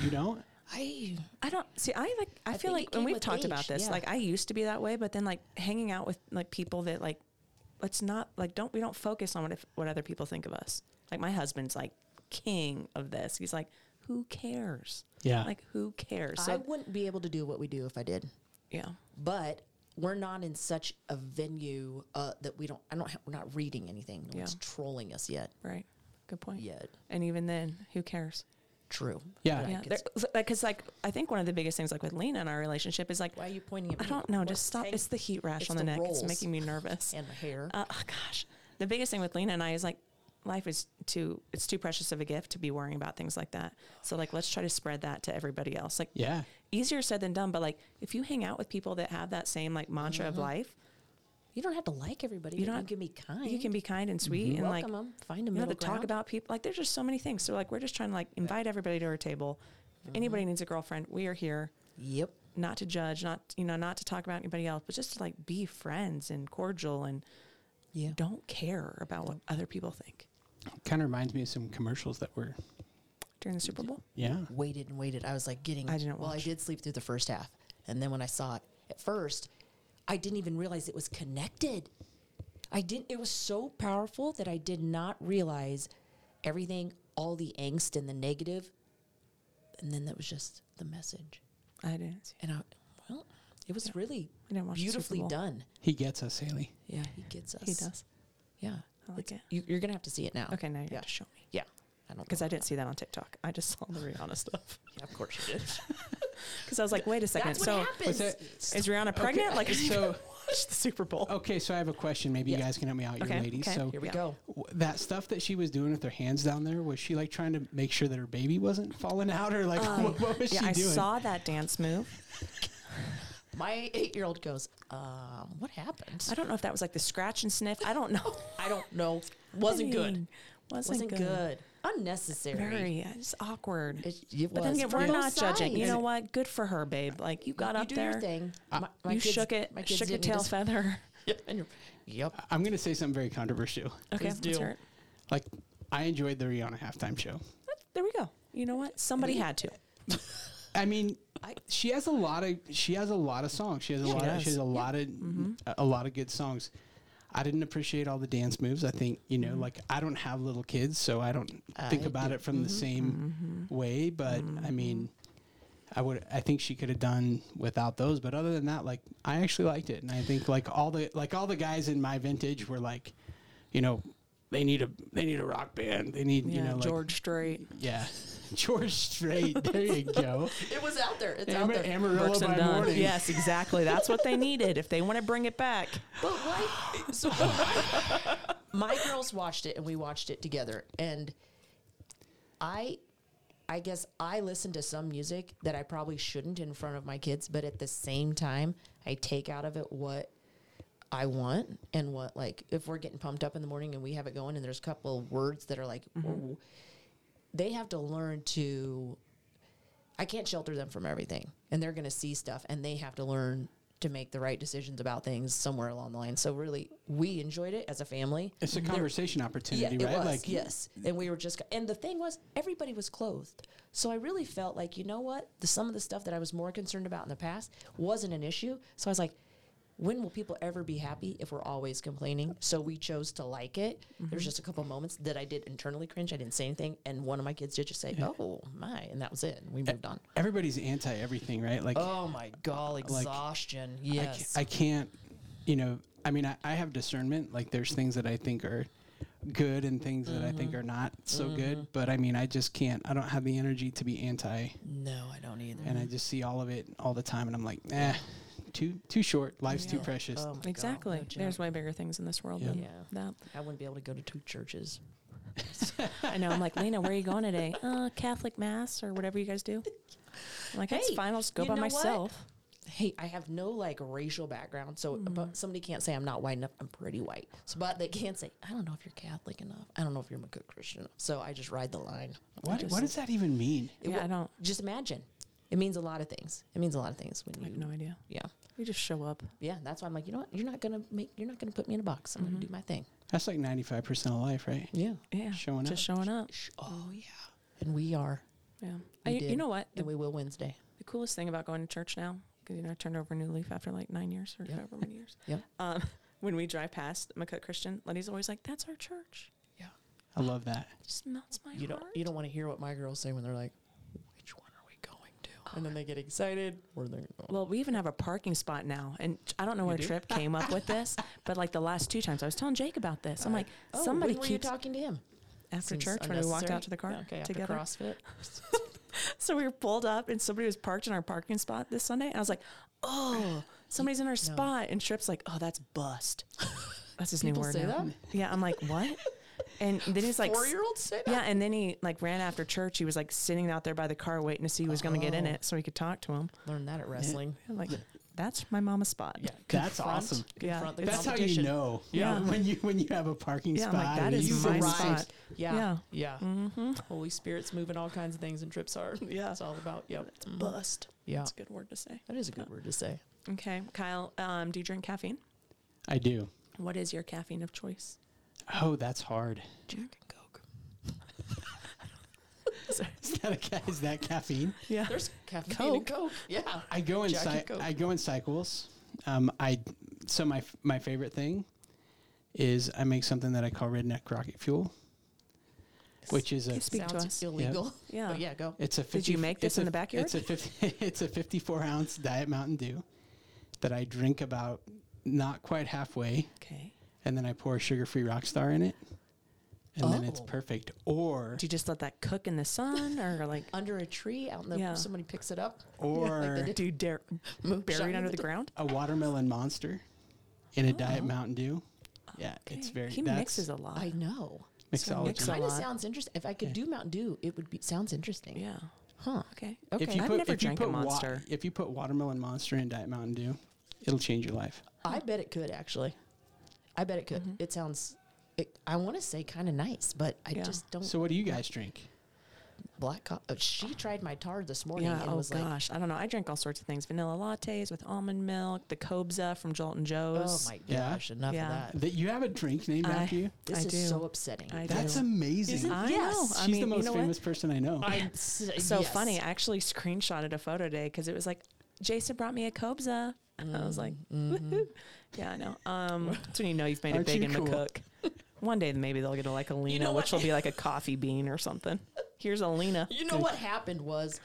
Speaker 3: you don't.
Speaker 2: I
Speaker 1: I don't see. I like. I,
Speaker 2: I
Speaker 1: feel
Speaker 2: think it
Speaker 1: like, and
Speaker 2: came
Speaker 1: we've
Speaker 2: with
Speaker 1: talked about
Speaker 2: age,
Speaker 1: this.
Speaker 2: yeah.
Speaker 1: Like, I used to be that way, but then like hanging out with like people that like, let's not like don't we don't focus on what if, what other people think of us. Like my husband's like king of this. He's like, who cares?
Speaker 3: Yeah.
Speaker 1: Like who cares? So
Speaker 2: I wouldn't be able to do what we do if I did.
Speaker 1: yeah,
Speaker 2: But we're not in such a venue uh, that we don't. I don't. Ha- we're not reading anything. No one's
Speaker 1: Yeah.
Speaker 2: trolling us yet.
Speaker 1: right. Good point.
Speaker 2: Yet.
Speaker 1: And even then, who cares?
Speaker 2: True.
Speaker 3: Yeah.
Speaker 1: Yeah,
Speaker 2: Like it's-
Speaker 1: because like, 'cause, like I think one of the biggest things like with Lena in our relationship is like
Speaker 2: Why are you pointing at
Speaker 1: I
Speaker 2: me?
Speaker 1: don't know.
Speaker 2: What-
Speaker 1: Just stop.
Speaker 2: hang-
Speaker 1: It's the heat rash
Speaker 2: it's
Speaker 1: on the,
Speaker 2: the
Speaker 1: neck.
Speaker 2: rolls.
Speaker 1: It's making me nervous.
Speaker 2: and my hair.
Speaker 1: Uh, oh gosh, the biggest thing with Lena and I is like life is too it's too precious of a gift to be worrying about things like that. So like let's try to spread that to everybody else. Like
Speaker 3: Yeah.
Speaker 1: easier said than done, but like if you hang out with people that have that same like mantra of
Speaker 2: Mm-hmm.
Speaker 1: life,
Speaker 2: you don't have to like everybody. You
Speaker 1: don't-
Speaker 2: don't you can be kind.
Speaker 1: you can be kind and sweet and like
Speaker 2: Mm-hmm. welcome them. Find a
Speaker 1: you know
Speaker 2: middle
Speaker 1: to talk
Speaker 2: ground.
Speaker 1: about people. Like there's just so many things. So like we're just trying to like invite everybody to our table. If
Speaker 2: Mm-hmm.
Speaker 1: anybody needs a girlfriend, we are here.
Speaker 2: Yep.
Speaker 1: Not to judge, not you know, not to talk about anybody else, but just to like be friends and cordial and
Speaker 2: Yeah.
Speaker 1: don't care about what other people think
Speaker 3: Kind of reminds me of some commercials that were.
Speaker 1: during the Super Bowl.
Speaker 3: Yeah.
Speaker 2: waited and waited. I was like getting.
Speaker 1: I didn't
Speaker 2: Well,
Speaker 1: watch.
Speaker 2: I did sleep through the first half, and then when I saw it at first, I didn't even realize it was connected. I didn't. It was so powerful that I did not realize everything, all the angst and the negative, and then that was just the message.
Speaker 1: I didn't. See.
Speaker 2: And I, well, it was really
Speaker 1: I didn't watch the Super
Speaker 2: beautifully
Speaker 1: Bowl.
Speaker 2: done.
Speaker 3: He gets us, Haley.
Speaker 2: Yeah, he gets us.
Speaker 1: He does.
Speaker 2: Yeah,
Speaker 1: I like
Speaker 2: It's-
Speaker 1: it.
Speaker 2: You, you're gonna have to see it now.
Speaker 1: Okay, now you
Speaker 2: yeah,
Speaker 1: have to show me
Speaker 2: yeah. I don't
Speaker 1: because
Speaker 2: know.
Speaker 1: I didn't see that on TikTok. I just saw the Rihanna stuff
Speaker 2: Yeah, of course you did.
Speaker 1: because I was like, wait a second.
Speaker 2: That's what
Speaker 1: So
Speaker 2: happens.
Speaker 3: that-
Speaker 1: is Rihanna pregnant? Like,
Speaker 3: so-
Speaker 1: so watch the Super
Speaker 2: Oh,
Speaker 1: Bowl.
Speaker 3: Okay, so I have a question. Maybe you
Speaker 2: Yeah.
Speaker 3: guys can help me out,
Speaker 1: Okay,
Speaker 3: you ladies.
Speaker 1: okay.
Speaker 3: So
Speaker 2: Here we
Speaker 1: Yeah.
Speaker 2: go.
Speaker 3: w- that stuff that she was doing with her hands down there, was she like trying to make sure that her baby wasn't falling out, or like what, what was
Speaker 1: yeah,
Speaker 3: she
Speaker 1: I
Speaker 3: doing?
Speaker 1: saw that dance move.
Speaker 2: My eight year old goes, um, What happened?
Speaker 1: I don't know if that was like the scratch and sniff. I don't know.
Speaker 2: I don't know. Wasn't good.
Speaker 1: Dang. Wasn't,
Speaker 2: Wasn't good.
Speaker 1: good.
Speaker 2: Unnecessary.
Speaker 1: Very. yeah, It's awkward.
Speaker 2: It, it
Speaker 1: but then
Speaker 2: was
Speaker 1: again,
Speaker 2: for
Speaker 1: we're
Speaker 2: both
Speaker 1: not judging. You
Speaker 2: sides.
Speaker 1: know what? Good for her, babe. Like you got
Speaker 2: You
Speaker 1: up
Speaker 2: do
Speaker 1: there. uh,
Speaker 2: Your thing. My- my
Speaker 1: You
Speaker 2: kids-
Speaker 1: shook it.
Speaker 2: my kids
Speaker 1: Shook your
Speaker 2: didn't
Speaker 1: tail
Speaker 2: just-
Speaker 1: feather.
Speaker 2: Yep. and you're- yep.
Speaker 3: I'm gonna say something very controversial.
Speaker 1: Okay,
Speaker 2: Please
Speaker 1: let's
Speaker 2: do.
Speaker 1: hear it.
Speaker 3: Like I enjoyed the Rihanna halftime show.
Speaker 1: There we go. You know what? Somebody had to.
Speaker 3: I mean, she has a lot of she has a lot of songs. She has a
Speaker 1: Yeah. Mm-hmm.
Speaker 3: lot.
Speaker 1: She
Speaker 3: Of, she has
Speaker 1: does.
Speaker 3: a lot of a, a lot of good songs. I didn't appreciate all the dance moves. I think you
Speaker 1: Mm-hmm.
Speaker 3: know, like I don't have little kids, so I don't think
Speaker 2: I
Speaker 3: about it from the same way. But I
Speaker 1: Mm-hmm.
Speaker 3: mean, I would. I think she could have done without those. But other than that, like I actually liked it, and I think like all the like all the guys in my vintage were like, you know, they need a they need a rock band. They need you
Speaker 1: yeah,
Speaker 3: know like
Speaker 1: George Strait.
Speaker 3: yeah. George Strait, there you go.
Speaker 2: It was out there. It's
Speaker 3: Amar-
Speaker 2: out there.
Speaker 3: Amarillo
Speaker 1: Brooks and
Speaker 3: by
Speaker 1: Dunn.
Speaker 3: morning.
Speaker 1: Yes, exactly. That's what they needed. If they want to bring it back,
Speaker 2: But why? So my girls watched it, and we watched it together. And I, I guess I listen to some music that I probably shouldn't in front of my kids, but at the same time, I take out of it what I want and what like if we're getting pumped up in the morning and we have it going, and there's a couple of words that are like. "Whoa," they have to learn to I can't shelter them from everything. And they're going to see stuff and they have to learn to make the right decisions about things somewhere along the line. So really, we enjoyed it as a family.
Speaker 3: It's a conversation opportunity,
Speaker 2: Mm-hmm. Yeah,
Speaker 3: right?
Speaker 2: it was.
Speaker 3: like
Speaker 2: yes, and we were just, and the thing was, everybody was clothed. So I really felt like, you know what, the, some of the stuff that I was more concerned about in the past wasn't an issue. So I was like, when will people ever be happy if we're always complaining? So we chose to like it.
Speaker 3: Mm-hmm.
Speaker 2: There was just a couple moments that I did internally cringe. I didn't say anything, and one of my kids did just say, "Oh my," and that was it. We moved on.
Speaker 3: everybody's anti everything, right? Like
Speaker 2: Oh my god, exhaustion!
Speaker 3: I ca-
Speaker 2: yes,
Speaker 3: I, can't, you know, I mean, I, I have discernment. Like, there's things that I think are good and things that I think
Speaker 2: Mm-hmm.
Speaker 3: are not so good. But I mean, I just can't, I don't have the energy to be anti.
Speaker 2: no, I don't either.
Speaker 3: And I just see all of it all the time. And I'm like, nah, too, too short. Life's too
Speaker 2: Yeah.
Speaker 3: precious.
Speaker 2: Oh my God, no
Speaker 1: Exactly.
Speaker 2: joke.
Speaker 1: There's way bigger things in this world
Speaker 3: Yeah.
Speaker 1: than
Speaker 2: Yeah.
Speaker 1: that.
Speaker 2: I wouldn't be able to go to two churches.
Speaker 1: I know. I'm like, Lena, where are you going today? Uh, Catholic Mass or whatever you guys do. I'm like, that's
Speaker 2: Hey,
Speaker 1: fine. I'll just go
Speaker 2: you
Speaker 1: by
Speaker 2: know what?
Speaker 1: myself.
Speaker 2: hey, I have no like racial background, so but somebody can't say I'm not white enough. I'm pretty white, so but they can't say I don't know if you're Catholic enough. I don't know if you're a good Christian enough. So I just ride the line.
Speaker 3: what, what does that even mean?
Speaker 2: It
Speaker 1: Yeah,
Speaker 2: wa-
Speaker 1: I don't.
Speaker 2: Just imagine. It means a lot of things. It means a lot of things when
Speaker 1: I
Speaker 2: you.
Speaker 1: have no idea.
Speaker 2: Yeah,
Speaker 1: You just show up.
Speaker 2: yeah. That's why I'm like, you know what? You're not gonna make. You're not gonna put me in a box. I'm gonna do my thing.
Speaker 3: That's like 95% of life, right?
Speaker 2: Yeah.
Speaker 1: Yeah.
Speaker 3: Showing
Speaker 1: just showing up.
Speaker 2: Sh- Oh yeah. And we are.
Speaker 1: Yeah. I,
Speaker 2: We
Speaker 1: you
Speaker 2: did.
Speaker 1: know what? The,
Speaker 2: And we will Wednesday.
Speaker 1: the coolest thing about going to church now, because you know, I turned over a new leaf after like nine years or
Speaker 2: Yep.
Speaker 1: however many years.
Speaker 2: Yep.
Speaker 1: Um, when we drive past McCook Christian, Lenny's always like, "That's our church."
Speaker 3: I love that.
Speaker 1: It just melts my
Speaker 2: You
Speaker 1: heart.
Speaker 2: don't. You don't want to hear what my girls say when they're like, which one are we going to?
Speaker 1: Oh
Speaker 2: And then they get excited. Where they're going.
Speaker 1: Well, we even have a parking spot now, and t- I don't know where
Speaker 3: do?
Speaker 1: Trip came up with this, but like the last two times, I was telling Jake about this. I'm like,
Speaker 2: Oh,
Speaker 1: somebody
Speaker 2: when were you
Speaker 1: keeps
Speaker 2: talking to him?
Speaker 1: after
Speaker 2: Seems
Speaker 1: church when we walked
Speaker 2: unnecessary.
Speaker 1: out to the car
Speaker 2: Okay, after
Speaker 1: together.
Speaker 2: CrossFit.
Speaker 1: So we were pulled up, and somebody was parked in our parking spot this Sunday. And I was like, "Oh, somebody's in our spot." And Trip's like, "Oh, that's bust." That's his new
Speaker 2: People
Speaker 1: word.
Speaker 2: say
Speaker 1: now. Yeah, I'm like, "What?" And then he's like,
Speaker 2: Four year old say that.
Speaker 1: Yeah, and then he like ran after church. He was like sitting out there by the car waiting to see who was going to get in
Speaker 2: Oh.
Speaker 1: it so he could talk to him.
Speaker 2: Learned that at wrestling.
Speaker 1: I'm like, that's my mama's spot.
Speaker 2: Yeah,
Speaker 3: That's
Speaker 2: confront-
Speaker 3: awesome.
Speaker 1: Yeah.
Speaker 2: confront the
Speaker 3: That's how you
Speaker 2: competition.
Speaker 3: know.
Speaker 1: Yeah.
Speaker 3: When you when you have a parking
Speaker 1: Yeah, I'm
Speaker 3: spot.
Speaker 1: like, that
Speaker 3: and
Speaker 1: is
Speaker 3: you
Speaker 1: my
Speaker 3: arrive-
Speaker 1: spot.
Speaker 2: Yeah, yeah.
Speaker 1: Yeah. Mm-hmm.
Speaker 2: Holy Spirit's moving all kinds of things, and trips hard.
Speaker 1: Yeah.
Speaker 2: it's all about. Yep, Mhm.
Speaker 1: Bust.
Speaker 2: Yeah,
Speaker 1: That's a good word to say.
Speaker 2: that is a good word to say.
Speaker 1: Okay, Kyle, um, do you drink caffeine?
Speaker 3: I do.
Speaker 1: What is your caffeine of choice?
Speaker 3: Oh, that's hard.
Speaker 2: Jack and Coke.
Speaker 3: Is that, a, ca- is that caffeine?
Speaker 1: Yeah.
Speaker 2: There's caffeine and Coke. Yeah,
Speaker 3: I go in
Speaker 2: Jack and
Speaker 3: cy-
Speaker 2: Coke.
Speaker 3: I go in cycles. Um, I so my f- my favorite thing is I make something that I call redneck rocket fuel, which is a
Speaker 1: Yes. Speak to
Speaker 2: Sounds
Speaker 1: us.
Speaker 2: illegal.
Speaker 1: Yeah.
Speaker 2: but yeah, go.
Speaker 3: it's a 50,
Speaker 1: Did you make this
Speaker 3: it's a-
Speaker 1: in the backyard?
Speaker 3: It's a 50, it's a fifty four ounce diet Mountain Dew that I drink about not quite halfway,
Speaker 1: Okay.
Speaker 3: and then I pour a sugar free Rockstar in it, and then it's
Speaker 2: Oh.
Speaker 3: perfect. Or
Speaker 1: Do you just let that cook in the sun or like
Speaker 2: Under a tree, out in the
Speaker 1: Yeah.
Speaker 2: somebody picks it up.
Speaker 3: or
Speaker 1: do you dare bury
Speaker 2: Moonshine
Speaker 1: it under
Speaker 2: with
Speaker 1: the ground?
Speaker 3: a watermelon monster in a diet Mountain Dew. Yeah,
Speaker 1: Oh.
Speaker 3: it's
Speaker 1: Ah, Okay.
Speaker 3: very.
Speaker 1: He
Speaker 3: that's
Speaker 1: mixes a lot.
Speaker 2: I know.
Speaker 1: So
Speaker 3: mixology.
Speaker 1: mix
Speaker 2: Kind
Speaker 1: a
Speaker 2: of
Speaker 1: lot.
Speaker 2: sounds interesting. If I could do Mountain Dew, it would be sounds interesting.
Speaker 1: yeah.
Speaker 2: Huh.
Speaker 1: Okay.
Speaker 2: Okay.
Speaker 3: If you
Speaker 1: I've
Speaker 3: put,
Speaker 1: never
Speaker 3: if you
Speaker 1: drank a
Speaker 3: put wa-
Speaker 1: Monster.
Speaker 3: if you put watermelon monster in Diet Mountain Dew, it'll change your life.
Speaker 2: I bet it could actually. I bet it could.
Speaker 1: Mm-hmm.
Speaker 2: It sounds. It, I want to say kind of nice, but I
Speaker 1: Yeah.
Speaker 2: just don't.
Speaker 3: So what do you guys drink?
Speaker 2: black. Co- uh, she tried my tar this morning
Speaker 1: Yeah.
Speaker 2: and
Speaker 1: Oh
Speaker 2: was like,
Speaker 1: gosh. I don't know. I drink all sorts of things: vanilla lattes with almond milk, the Cobza from Jolt and
Speaker 2: "Oh
Speaker 1: Joe's.
Speaker 2: my
Speaker 3: Yeah.
Speaker 2: gosh, enough
Speaker 1: Yeah.
Speaker 2: of that.
Speaker 3: That you have a drink named
Speaker 1: I-
Speaker 3: after you?
Speaker 2: This
Speaker 1: I
Speaker 2: is
Speaker 1: do.
Speaker 2: so upsetting."
Speaker 1: I
Speaker 3: That's
Speaker 1: do.
Speaker 3: amazing.
Speaker 2: Isn't-
Speaker 1: I
Speaker 2: Yes.
Speaker 1: know.
Speaker 3: She's
Speaker 1: I mean,
Speaker 3: the most
Speaker 1: you know what?
Speaker 3: famous person I know.
Speaker 2: I'm s-
Speaker 1: so
Speaker 2: yes.
Speaker 1: funny. I actually screenshotted a photo today because it was like, Jason brought me a Cobza. I was like, woohoo. Yeah, I know. Um, Mm-hmm. that's when you know you've made
Speaker 3: Aren't
Speaker 1: it big
Speaker 3: you
Speaker 1: in
Speaker 3: cool?
Speaker 1: McCook. One day maybe they'll get a like a Lena,
Speaker 2: know
Speaker 1: which
Speaker 2: what?
Speaker 1: will be like a coffee bean or something. Here's a Lena.
Speaker 2: You know what happened was.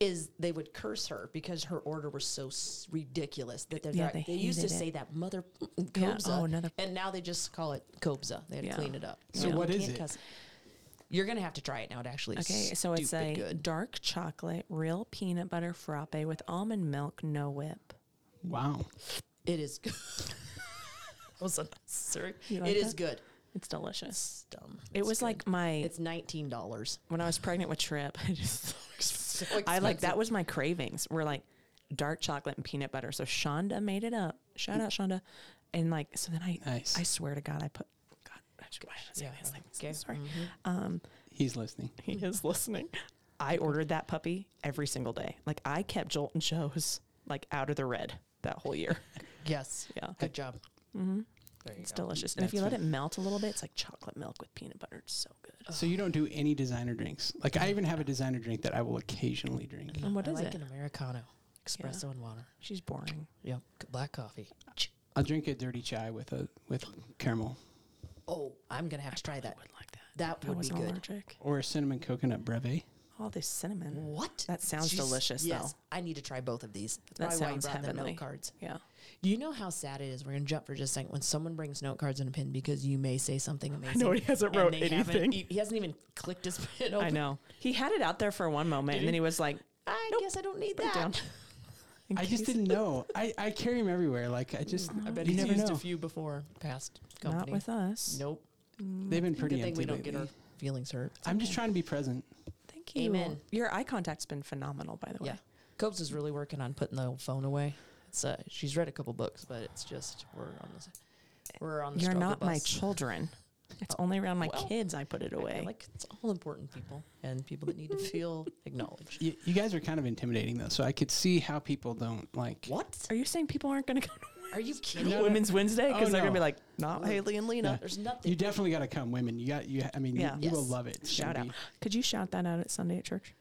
Speaker 2: Is they would curse her because her order was so s- ridiculous that they're
Speaker 1: Yeah,
Speaker 2: like-
Speaker 1: they
Speaker 2: they, used to
Speaker 1: hated it.
Speaker 2: say that mother Kobza,
Speaker 1: Yeah, oh, another-
Speaker 2: and now they just call it Kobza. They had
Speaker 1: Yeah.
Speaker 2: to clean it up.
Speaker 3: So
Speaker 2: Yeah.
Speaker 3: what
Speaker 2: You
Speaker 3: is
Speaker 2: can't
Speaker 3: it?
Speaker 2: cuss. You're gonna have to try it now. It actually is
Speaker 1: Okay, so it's
Speaker 2: stupid
Speaker 1: a
Speaker 2: good.
Speaker 1: dark chocolate, real peanut butter frappe with almond milk, no whip.
Speaker 3: Wow.
Speaker 2: It is good. that was unnecessary. It
Speaker 1: You
Speaker 2: is
Speaker 1: like that?
Speaker 2: good.
Speaker 1: It's delicious.
Speaker 2: It's dumb.
Speaker 1: It
Speaker 2: It's
Speaker 1: was
Speaker 2: good.
Speaker 1: like my
Speaker 2: it's nineteen dollars.
Speaker 1: when I was pregnant with Trip. I just I like that was my cravings. Were like dark chocolate and peanut butter. So Shonda made it up. Shout out Shonda. And like so then I
Speaker 3: Nice.
Speaker 1: I swear to God I put God I should- why did I say
Speaker 2: Yeah,
Speaker 1: that? It's like,
Speaker 2: okay. Mm.
Speaker 1: sorry. Um
Speaker 3: He's listening.
Speaker 1: He is listening. I ordered that puppy every single day. Like I kept Jolton shows like out of the red that whole year.
Speaker 2: Yes.
Speaker 1: Yeah.
Speaker 2: Good job.
Speaker 1: Mm-hmm.
Speaker 2: There you
Speaker 1: It's
Speaker 2: go.
Speaker 1: delicious. And if
Speaker 3: That's
Speaker 1: you let
Speaker 3: it.
Speaker 1: it melt a little bit, it's like chocolate milk with peanut butter. It's so good.
Speaker 3: So you don't do any designer drinks. Like I even have a designer drink that I will occasionally drink.
Speaker 2: Yeah,
Speaker 1: And what
Speaker 2: I
Speaker 1: is
Speaker 2: like
Speaker 1: it?
Speaker 2: An Americano, espresso and water.
Speaker 1: She's boring.
Speaker 2: Yep. c- Black coffee.
Speaker 3: I'll drink a dirty chai with a with caramel
Speaker 2: Oh, I'm gonna have to try that.
Speaker 1: I would like that.
Speaker 2: That
Speaker 1: If I
Speaker 2: would be
Speaker 1: wasn't
Speaker 2: good.
Speaker 1: allergic.
Speaker 3: or a cinnamon coconut brevet.
Speaker 1: All this cinnamon.
Speaker 2: What?
Speaker 1: That sounds
Speaker 2: Jeez,
Speaker 1: delicious,
Speaker 2: Yes,
Speaker 1: though.
Speaker 2: I need to try both of these. That's
Speaker 1: That sounds
Speaker 2: probably why I brought the
Speaker 1: heavenly.
Speaker 2: note cards.
Speaker 1: Yeah.
Speaker 2: You know how sad it is. We're gonna jump for just a second when someone brings note cards and a pin because you may say something amazing.
Speaker 1: he hasn't
Speaker 2: and they haven't-
Speaker 1: e-
Speaker 2: e, He, he hasn't even clicked his pen. Open.
Speaker 1: I know. He had it out there for one moment, and then he was like,
Speaker 2: I
Speaker 1: Nope.
Speaker 2: guess I don't need
Speaker 1: put it
Speaker 2: that.
Speaker 1: down. In
Speaker 3: I just
Speaker 1: case-
Speaker 3: didn't know. I, I carry them everywhere. Like I just
Speaker 2: I bet
Speaker 3: you
Speaker 2: he's
Speaker 3: never
Speaker 2: used
Speaker 3: know.
Speaker 2: a few before. Past
Speaker 1: Not
Speaker 2: company.
Speaker 1: with us. Mm,
Speaker 2: nope.
Speaker 3: They've been pretty
Speaker 2: Good thing
Speaker 3: empty
Speaker 2: we don't get our
Speaker 3: lately.
Speaker 2: feelings hurt.
Speaker 3: I'm just trying to be present.
Speaker 1: Thank you.
Speaker 2: Amen.
Speaker 1: Your eye contact's been phenomenal, by the way.
Speaker 2: Yeah. Cobes is really working on putting the old phone away. It's uh, she's read a couple books, but it's just we're on the s- we're on the
Speaker 1: You're
Speaker 2: struggle
Speaker 1: not my
Speaker 2: bus.
Speaker 1: children. It's only around my
Speaker 2: Well,
Speaker 1: kids I put it
Speaker 2: I feel
Speaker 1: away.
Speaker 2: Like it's all important people and people that need to feel acknowledged.
Speaker 3: You, you guys are kind of intimidating though, so I could see how people don't like.
Speaker 2: What?
Speaker 1: Are you saying people aren't going to go
Speaker 2: Are you kidding?
Speaker 1: to
Speaker 3: No, no.
Speaker 1: Women's Wednesday
Speaker 3: Oh,
Speaker 1: because they're going
Speaker 3: no.
Speaker 1: to be like, not Haley and Lena?
Speaker 3: No.
Speaker 2: There's
Speaker 3: You
Speaker 2: nothing.
Speaker 3: definitely got to come, women. You got you. I mean,
Speaker 1: Yeah.
Speaker 3: you, you will
Speaker 2: Yes.
Speaker 3: love it. It's
Speaker 1: Shout out.
Speaker 3: gonna
Speaker 1: Could you shout that out at Sunday at church?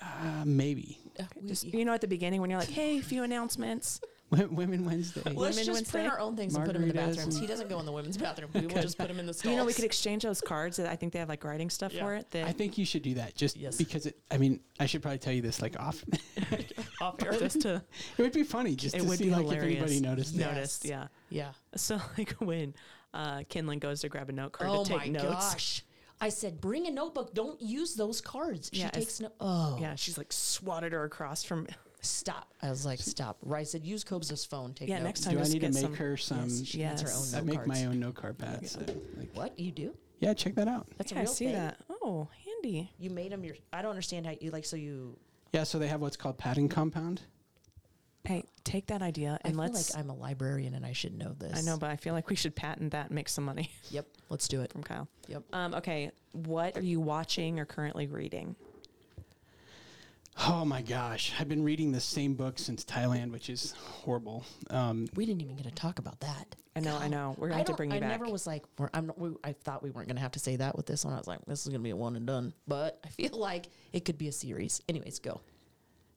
Speaker 3: be- Uh, maybe
Speaker 2: Uh, we-
Speaker 1: Just, you know, at the beginning when you're like, hey, a few announcements.
Speaker 3: Wo- Women Wednesday.
Speaker 2: Let's
Speaker 1: Women
Speaker 2: just
Speaker 1: Wednesday?
Speaker 2: print our own things and put them in the
Speaker 3: Margaritas
Speaker 2: bathrooms.
Speaker 3: and-
Speaker 2: He doesn't go in the women's bathroom. We will just put him in the stalls.
Speaker 1: You know, we could exchange those cards that I think they have like writing stuff
Speaker 2: Yeah.
Speaker 1: for it. That
Speaker 3: I think you should do that just
Speaker 2: Yes.
Speaker 3: because it. I mean, I should probably tell you this like off. it
Speaker 2: off air.
Speaker 1: just to
Speaker 3: would be funny just
Speaker 1: It
Speaker 3: to
Speaker 1: would
Speaker 3: see
Speaker 1: be
Speaker 3: like
Speaker 1: hilarious.
Speaker 3: if anybody noticed it.
Speaker 2: Yes.
Speaker 1: notice. Yeah.
Speaker 2: Yeah.
Speaker 1: So like when uh, Kinlan goes to grab a note card
Speaker 2: Oh
Speaker 1: to take
Speaker 2: my
Speaker 1: notes.
Speaker 2: gosh. I said, bring a notebook. Don't use those cards. She
Speaker 1: Yeah, it's-
Speaker 2: takes no. Oh.
Speaker 1: Yeah, she's like swatted her across from.
Speaker 2: Stop. I was like, stop. Right. I said, use Cobes' phone. Take
Speaker 1: Yeah,
Speaker 2: notes.
Speaker 1: next time
Speaker 3: Do I
Speaker 1: just
Speaker 3: need to
Speaker 1: get
Speaker 3: make
Speaker 1: some-
Speaker 3: her some?
Speaker 2: Yes, she needs her
Speaker 1: Yes.
Speaker 2: own
Speaker 3: I
Speaker 2: note
Speaker 3: make
Speaker 2: cards.
Speaker 3: my own note card pads. so, like,
Speaker 2: What? You do?
Speaker 3: yeah, check that out.
Speaker 2: That's
Speaker 1: yeah,
Speaker 2: a
Speaker 1: I
Speaker 2: real
Speaker 1: see
Speaker 2: thing.
Speaker 1: that. Oh, handy.
Speaker 2: You made them your. I don't understand how you like. So you.
Speaker 3: Yeah, so they have what's called padding compound.
Speaker 1: Hey, take that idea
Speaker 2: I
Speaker 1: and
Speaker 2: feel
Speaker 1: let's.
Speaker 2: like I'm a librarian and I should know this.
Speaker 1: I know, but I feel like we should patent that and make some money
Speaker 2: Yep. Let's do it.
Speaker 1: from Kyle.
Speaker 2: Yep.
Speaker 1: Um, okay, what are you watching or currently reading?
Speaker 3: Oh my gosh, I've been reading the same book since Thailand, which is horrible. Um,
Speaker 2: We didn't even get to talk about that.
Speaker 1: I know, I know. We're gonna have to
Speaker 2: don't-
Speaker 1: bring you
Speaker 2: I
Speaker 1: back.
Speaker 2: never was like, we're, I'm. Not, we, I thought we weren't going to have to say that with this one. I was like, this is going to be a one and done. But I feel like it could be a series. Anyways, go.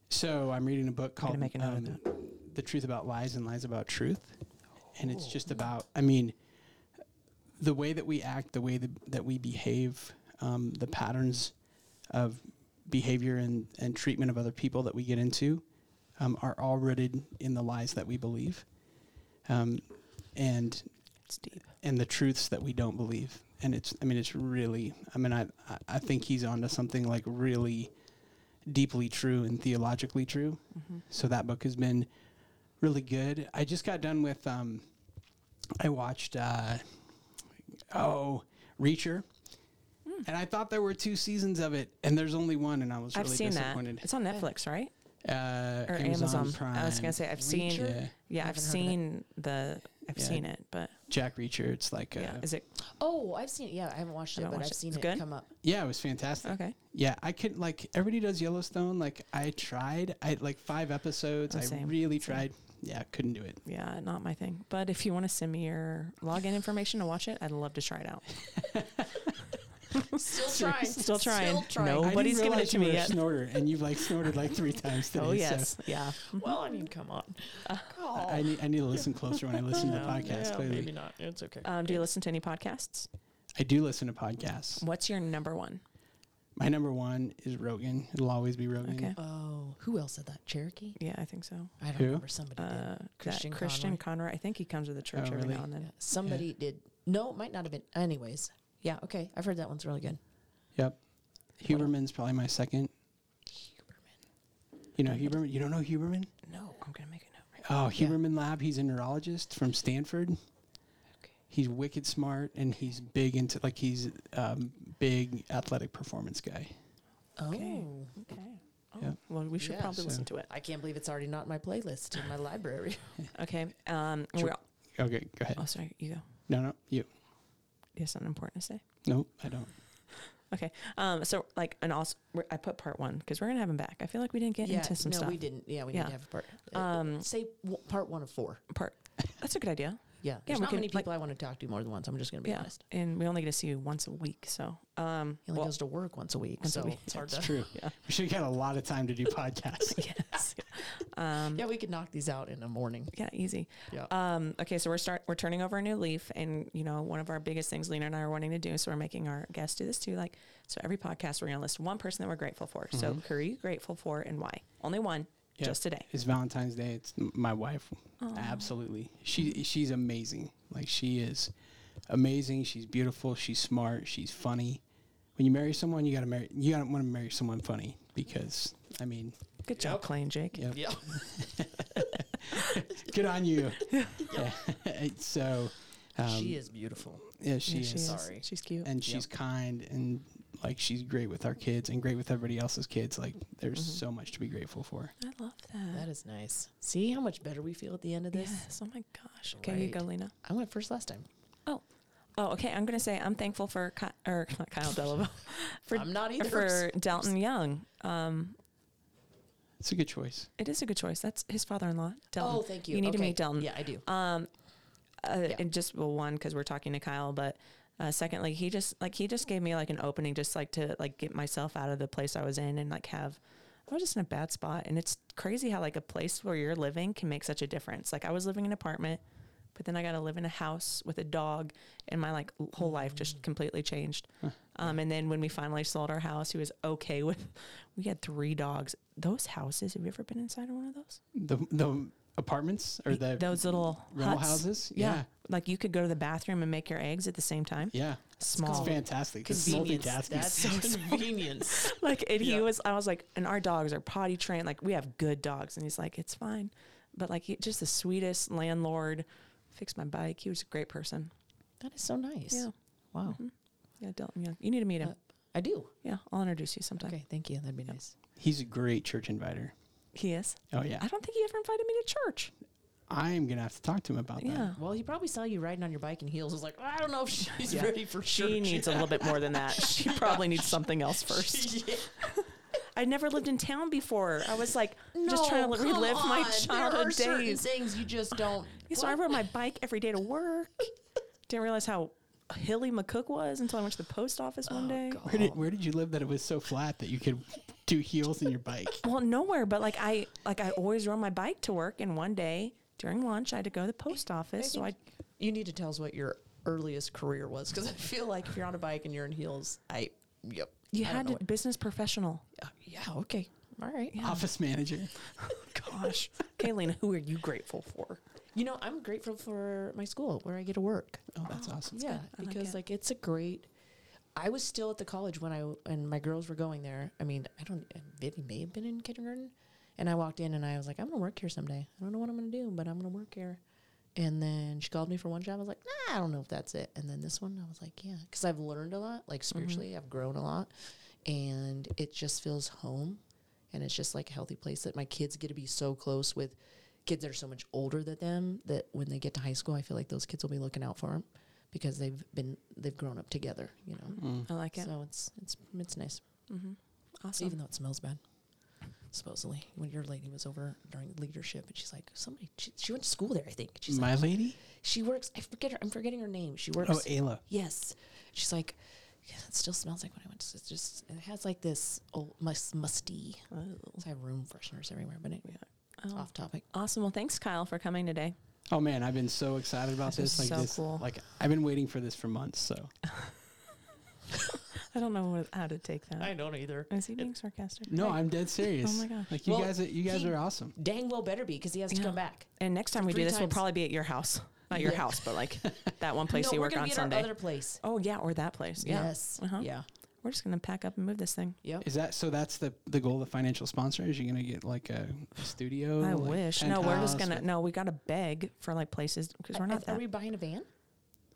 Speaker 3: so I'm reading a book
Speaker 1: gonna
Speaker 3: called
Speaker 1: make a note of
Speaker 3: um, "The Truth About Lies and Lies About Truth," and it's
Speaker 1: Oh.
Speaker 3: just about, I mean, the way that we act, the way that, that we behave, um, the patterns of behavior and, and treatment of other people that we get into um, are all rooted in the lies that we believe, um, and
Speaker 1: it's deep.
Speaker 3: and the truths that we don't believe. And it's, I mean, it's really, I mean, I, I- I think he's onto something like really deeply true and theologically true.
Speaker 1: Mm-hmm.
Speaker 3: So that book has been really good. I just got done with, um, I watched, uh, oh, Reacher.
Speaker 1: Hmm.
Speaker 3: And I thought there were two seasons of it, and there's only one, and I was
Speaker 1: I've
Speaker 3: really
Speaker 1: seen that.
Speaker 3: disappointed.
Speaker 1: It's on Netflix, right?
Speaker 3: Uh,
Speaker 1: Or
Speaker 3: Amazon,
Speaker 1: Amazon.
Speaker 3: Prime.
Speaker 1: I was gonna say I've seen.
Speaker 2: Reacher?
Speaker 3: Yeah.
Speaker 1: Yeah,
Speaker 2: I
Speaker 1: I've
Speaker 2: haven't heard of it.
Speaker 1: seen the. I've
Speaker 3: Yeah.
Speaker 1: seen it, but
Speaker 3: Jack Reacher. It's like,
Speaker 1: yeah,
Speaker 3: uh,
Speaker 1: is it
Speaker 2: Oh, I've seen it. Yeah, I haven't watched it,
Speaker 1: Haven't
Speaker 2: but
Speaker 1: watched
Speaker 2: I've
Speaker 1: it.
Speaker 2: seen
Speaker 1: It's
Speaker 2: it
Speaker 1: good?
Speaker 2: come up.
Speaker 3: yeah, it was fantastic.
Speaker 1: okay?
Speaker 3: Yeah, I could like everybody does Yellowstone. Like I tried, I like five episodes.
Speaker 1: Oh,
Speaker 3: I
Speaker 1: same,
Speaker 3: really
Speaker 1: same.
Speaker 3: tried. Yeah, couldn't do it.
Speaker 1: Yeah, not my thing. But if you want to send me your login information to watch it, I'd love to try it out.
Speaker 2: Still trying.
Speaker 1: Still trying.
Speaker 3: I didn't
Speaker 1: Nobody's given it
Speaker 3: realize
Speaker 1: to
Speaker 3: you
Speaker 1: me
Speaker 3: were a
Speaker 1: yet.
Speaker 3: Snorter, and you've like snorted like three times today.
Speaker 1: Oh yes, yeah.
Speaker 2: Well, I mean, come on.
Speaker 3: So I, I need I need to listen closer when I listen to the podcast. clearly,
Speaker 2: maybe not. It's okay.
Speaker 1: Um, do you listen to any podcasts?
Speaker 3: I do listen to podcasts.
Speaker 1: What's your number one?
Speaker 3: My number one is Rogan. It'll always be Rogan.
Speaker 1: Okay.
Speaker 2: oh, who else said that? Cherokee?
Speaker 1: Yeah, I think so.
Speaker 2: I don't
Speaker 3: Who?
Speaker 2: remember. Somebody did.
Speaker 1: Uh, Christian
Speaker 2: Christian
Speaker 1: Christian Conroy. I think he comes to the church
Speaker 3: Oh,
Speaker 1: every
Speaker 3: really?
Speaker 1: now and then.
Speaker 2: Yeah, somebody did. No, it might not have been. Anyways, yeah, okay. I've heard that one's really good.
Speaker 3: Yep. Huberman's probably my second. You know Huberman. You don't know Huberman?
Speaker 1: No, I'm gonna make a note. Right
Speaker 3: Oh,
Speaker 2: Yeah.
Speaker 3: Huberman Lab. He's a neurologist from Stanford. He's wicked smart, and he's big into like he's um, big athletic performance guy.
Speaker 1: Okay.
Speaker 2: Oh,
Speaker 1: now. Okay. Oh,
Speaker 3: Yeah.
Speaker 1: Well, we should
Speaker 2: Yeah,
Speaker 1: probably
Speaker 3: so-
Speaker 1: listen to it.
Speaker 2: I can't believe it's already not in my playlist in my library.
Speaker 1: Okay. Um,
Speaker 3: Sure.
Speaker 1: we're,
Speaker 3: Okay, go ahead.
Speaker 1: oh, sorry. You go.
Speaker 3: No, no, you.
Speaker 1: You have something important to say?
Speaker 3: No, I don't.
Speaker 1: Okay. Um. So like, and also we're- I put part one because we're gonna have him back. I feel like we didn't get
Speaker 2: yeah,
Speaker 1: into some
Speaker 2: no,
Speaker 1: stuff.
Speaker 2: we didn't. Yeah, we
Speaker 1: Yeah.
Speaker 2: need to have a part.
Speaker 1: Um,
Speaker 2: Um, say w- part one of four.
Speaker 1: Part. That's a good idea.
Speaker 2: Yeah, there's
Speaker 1: we
Speaker 2: not
Speaker 1: could,
Speaker 2: many
Speaker 1: like-
Speaker 2: people I want to talk to more than once. I'm just going to be
Speaker 1: yeah.
Speaker 2: honest.
Speaker 1: And we only get to see you once a week, so um.
Speaker 2: He only
Speaker 1: well,
Speaker 2: goes to work once a week,
Speaker 1: Once a
Speaker 2: so
Speaker 1: week.
Speaker 2: it's hard
Speaker 3: That's
Speaker 2: to.
Speaker 3: true.
Speaker 1: Yeah.
Speaker 3: We should have got a lot of time to do podcasts.
Speaker 1: yes. Um.
Speaker 2: Yeah, we could knock these out in the morning.
Speaker 1: Yeah, easy.
Speaker 2: Yeah.
Speaker 1: Um, okay, so we're start we're turning over a new leaf, and you know one of our biggest things Lena and I are wanting to do, so we're making our guests do this too. Like, so every podcast we're going to list one person that we're grateful for. So, who are you grateful for, and why? Only one,
Speaker 3: Yeah.
Speaker 1: just today.
Speaker 3: It's Valentine's Day. It's m- my wife. Absolutely. She she's amazing. Like she is amazing. She's beautiful. She's smart. She's funny. When you marry someone, you gotta marry. You gotta want to marry someone funny because I mean,
Speaker 1: Good job, Clay and Jake.
Speaker 3: yeah,
Speaker 2: Yeah.
Speaker 3: good on you. Yeah. so um,
Speaker 2: she is beautiful.
Speaker 3: Yeah, she
Speaker 1: Yeah,
Speaker 3: is.
Speaker 2: Sorry.
Speaker 1: She's cute.
Speaker 3: And she's kind and like she's great with our kids and great with everybody else's kids. Like there's so much to be grateful for.
Speaker 1: I love that.
Speaker 2: That is nice. See how much better we feel at the end of this?
Speaker 1: yes. Oh my gosh. Okay, you go,
Speaker 2: Right.
Speaker 1: Lena.
Speaker 2: I went first last time.
Speaker 1: Oh. Oh, okay. I'm gonna say I'm thankful for Ky- or not Kyle Delavo for
Speaker 2: I'm not either.
Speaker 1: for Dalton Young. Um,
Speaker 3: It's a good choice.
Speaker 1: it is a good choice. That's his father-in-law, Dalton.
Speaker 2: Oh, thank you.
Speaker 1: You need to
Speaker 2: Okay.
Speaker 1: meet Dalton.
Speaker 2: Yeah, I do.
Speaker 1: Um, uh,
Speaker 2: Yeah.
Speaker 1: and just well, one because we're talking to Kyle, but uh, secondly, he just like he just gave me like an opening, just like to like get myself out of the place I was in and like have. I was just in a bad spot, and it's crazy how like a place where you're living can make such a difference. Like I was living in an apartment, but then I got to live in a house with a dog, and my like l- whole life just completely changed. Um, and then when we finally sold our house, he was okay with. We had three dogs. Those houses. Have you ever been inside of one of those?
Speaker 3: The the apartments or the
Speaker 1: those little
Speaker 3: rental
Speaker 1: huts?
Speaker 3: houses.
Speaker 1: Yeah. Like you could go to the bathroom and make your eggs at the same time.
Speaker 3: Yeah.
Speaker 1: Small.
Speaker 3: It's fantastic. It's
Speaker 2: Convenience.
Speaker 3: multitasking.
Speaker 2: That's convenience.
Speaker 1: Like and he
Speaker 2: Yeah.
Speaker 1: was I was like, and our dogs are potty trained. Like we have good dogs. And he's like, it's fine. But like he, just the sweetest landlord. Fixed my bike. He was a great person.
Speaker 2: that is so nice.
Speaker 1: Yeah. Mm-hmm.
Speaker 2: Wow.
Speaker 1: Yeah, Dalton Young. You need to meet him.
Speaker 2: Uh, I do.
Speaker 1: yeah, I'll introduce you sometime.
Speaker 2: Okay, thank you. That'd be nice.
Speaker 3: He's a great church inviter.
Speaker 1: He is.
Speaker 3: Oh yeah.
Speaker 1: I don't think he ever invited me to church.
Speaker 3: I am gonna have to talk to him about
Speaker 1: Yeah.
Speaker 3: that.
Speaker 2: Well, he probably saw you riding on your bike in heels. Was like, I don't know if she's
Speaker 1: Yeah.
Speaker 2: ready for
Speaker 1: She
Speaker 2: church."
Speaker 1: needs a little bit more than that. She probably needs something else first.
Speaker 2: Yeah.
Speaker 1: I never lived in town before. I was like, just trying
Speaker 2: No,
Speaker 1: to
Speaker 2: come
Speaker 1: relive my
Speaker 2: on.
Speaker 1: childhood
Speaker 2: there are
Speaker 1: days.
Speaker 2: Certain things you just don't.
Speaker 1: Yeah, so I
Speaker 2: What?
Speaker 1: rode my bike every day to work. Didn't realize how hilly McCook was until I went to the post office one day.
Speaker 2: Oh, God.
Speaker 3: Where did where did you live that it was so flat that you could do heels in your bike?
Speaker 1: Well, nowhere, but like I like I always rode my bike to work, and one day during lunch I had to go to the post office, so I
Speaker 2: You need to tell us what your earliest career was because I feel like if you're on a bike and you're in heels, I yep.
Speaker 1: you
Speaker 2: I don't
Speaker 1: had
Speaker 2: know
Speaker 1: to business professional.
Speaker 2: what- uh, yeah. Okay. All right.
Speaker 3: Office manager.
Speaker 1: Gosh, Kaylina, who are you grateful for?
Speaker 2: You know, I'm grateful for my school where I get to work.
Speaker 3: Oh, that's awesome.
Speaker 2: yeah,
Speaker 1: I like
Speaker 2: because
Speaker 1: it.
Speaker 2: like, it's a great. I was still at the college when I w- and my girls were going there. I mean, I don't. uh, Vivi may have been in kindergarten, and I walked in and I was like, "I'm gonna work here someday. I don't know what I'm gonna do, but I'm gonna work here." And then she called me for one job. I was like, "Nah, I don't know if that's it." And then this one, I was like, "Yeah," because I've learned a lot. Like spiritually, I've grown a lot, and it just feels home, and it's just like a healthy place that my kids get to be so close with kids that are so much older than them that when they get to high school, I feel like those kids will be looking out for them because they've been they've grown up together. You know,
Speaker 1: I like it. Mm-hmm.
Speaker 2: so it's it's it's nice,
Speaker 1: awesome.
Speaker 2: even though it smells bad. Supposedly, when your lady was over during leadership, and she's like, "Somebody, she, she went to school there, I think." She's
Speaker 3: My lady?
Speaker 2: she works. I forget her. I'm forgetting her name. She works.
Speaker 3: Oh, Ayla.
Speaker 2: yes. She's like, yeah, it still smells like when I went to. It's just it has like this old mus- musty. I have room fresheners everywhere, but anyway,
Speaker 1: Oh.
Speaker 2: off topic.
Speaker 1: Awesome. Well, thanks, Kyle, for coming today.
Speaker 3: Oh man, I've been so excited about
Speaker 1: This
Speaker 3: this.
Speaker 1: is
Speaker 3: Like
Speaker 1: so
Speaker 3: this
Speaker 1: cool.
Speaker 3: like I've been waiting for this for months, so
Speaker 1: I don't know what, how to take that.
Speaker 2: don't either.
Speaker 1: Is he being sarcastic?
Speaker 3: No, I'm dead serious.
Speaker 1: Oh my gosh.
Speaker 3: Like you
Speaker 2: Well,
Speaker 3: guys you guys
Speaker 2: he-
Speaker 3: are awesome.
Speaker 2: Dang well better be because he has to
Speaker 1: Yeah.
Speaker 2: come back.
Speaker 1: And next time we do
Speaker 2: Three
Speaker 1: this, we'll
Speaker 2: times.
Speaker 1: probably be at your house. Not your
Speaker 2: Yeah.
Speaker 1: house, but like that one place
Speaker 2: no,
Speaker 1: you
Speaker 2: we're
Speaker 1: work
Speaker 2: gonna
Speaker 1: on
Speaker 2: be at
Speaker 1: Sunday.
Speaker 2: our other place.
Speaker 1: Oh yeah, or that place. Yeah.
Speaker 2: Yes.
Speaker 1: Uh-huh.
Speaker 2: Yeah.
Speaker 1: We're just gonna pack up and move this thing.
Speaker 2: Yep.
Speaker 3: Is that so? That's the the goal. of The financial sponsor is you're gonna get like a studio.
Speaker 1: I
Speaker 3: like,
Speaker 1: wish. No, we're just
Speaker 3: penthouse
Speaker 1: gonna.
Speaker 3: with-
Speaker 1: No, we gotta beg for like places because we're
Speaker 2: Are-
Speaker 1: not
Speaker 2: Are
Speaker 1: that.
Speaker 2: we buying a van?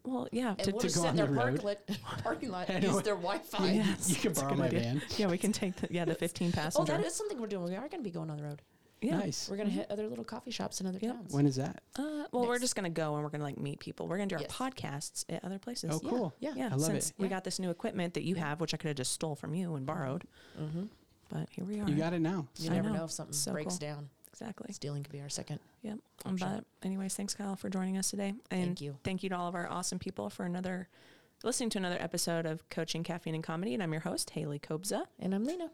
Speaker 1: well, yeah.
Speaker 2: And
Speaker 1: to-
Speaker 2: we'll
Speaker 1: to-
Speaker 2: just
Speaker 3: go
Speaker 2: sit
Speaker 3: on
Speaker 2: in their
Speaker 3: the road.
Speaker 2: parking lot, parking lot
Speaker 3: I
Speaker 2: and
Speaker 3: know.
Speaker 2: use their Wi Fi.
Speaker 1: yes,
Speaker 3: you can
Speaker 1: that's a
Speaker 3: borrow
Speaker 1: good
Speaker 3: my
Speaker 1: idea.
Speaker 3: van.
Speaker 1: Yeah, we can take the yeah the fifteen
Speaker 2: Oh,
Speaker 1: passenger.
Speaker 2: that is something we're doing. We are going to be going on the road.
Speaker 1: Yeah.
Speaker 3: Nice.
Speaker 2: We're gonna
Speaker 1: Mm-hmm.
Speaker 2: hit other little coffee shops in other
Speaker 1: Yep.
Speaker 2: towns.
Speaker 3: When is that?
Speaker 1: Uh, well, we're
Speaker 2: Next.
Speaker 1: just gonna go and we're gonna like meet people. We're gonna do our
Speaker 2: Yes.
Speaker 1: podcasts at other places.
Speaker 3: Oh,
Speaker 1: yeah.
Speaker 3: cool.
Speaker 2: Yeah.
Speaker 1: Yeah,
Speaker 3: I love
Speaker 1: since
Speaker 3: it.
Speaker 1: we
Speaker 2: Yeah.
Speaker 1: got this new equipment that you have, which I could have just stole from you and borrowed,
Speaker 5: Mm-hmm.
Speaker 1: but here we are.
Speaker 3: You got it now.
Speaker 2: You
Speaker 1: I
Speaker 2: never
Speaker 1: know.
Speaker 2: know, if something
Speaker 1: So
Speaker 2: breaks
Speaker 1: cool.
Speaker 2: down.
Speaker 1: exactly.
Speaker 2: Stealing could be our second.
Speaker 1: Yep.
Speaker 2: I'm sure.
Speaker 1: But anyways, thanks Kyle for joining us today, and
Speaker 2: Thank you.
Speaker 1: thank you to all of our awesome people for another listening to another episode of Coaching Caffeine and Comedy. And I'm your host Haley Kobza.
Speaker 2: And I'm Lena.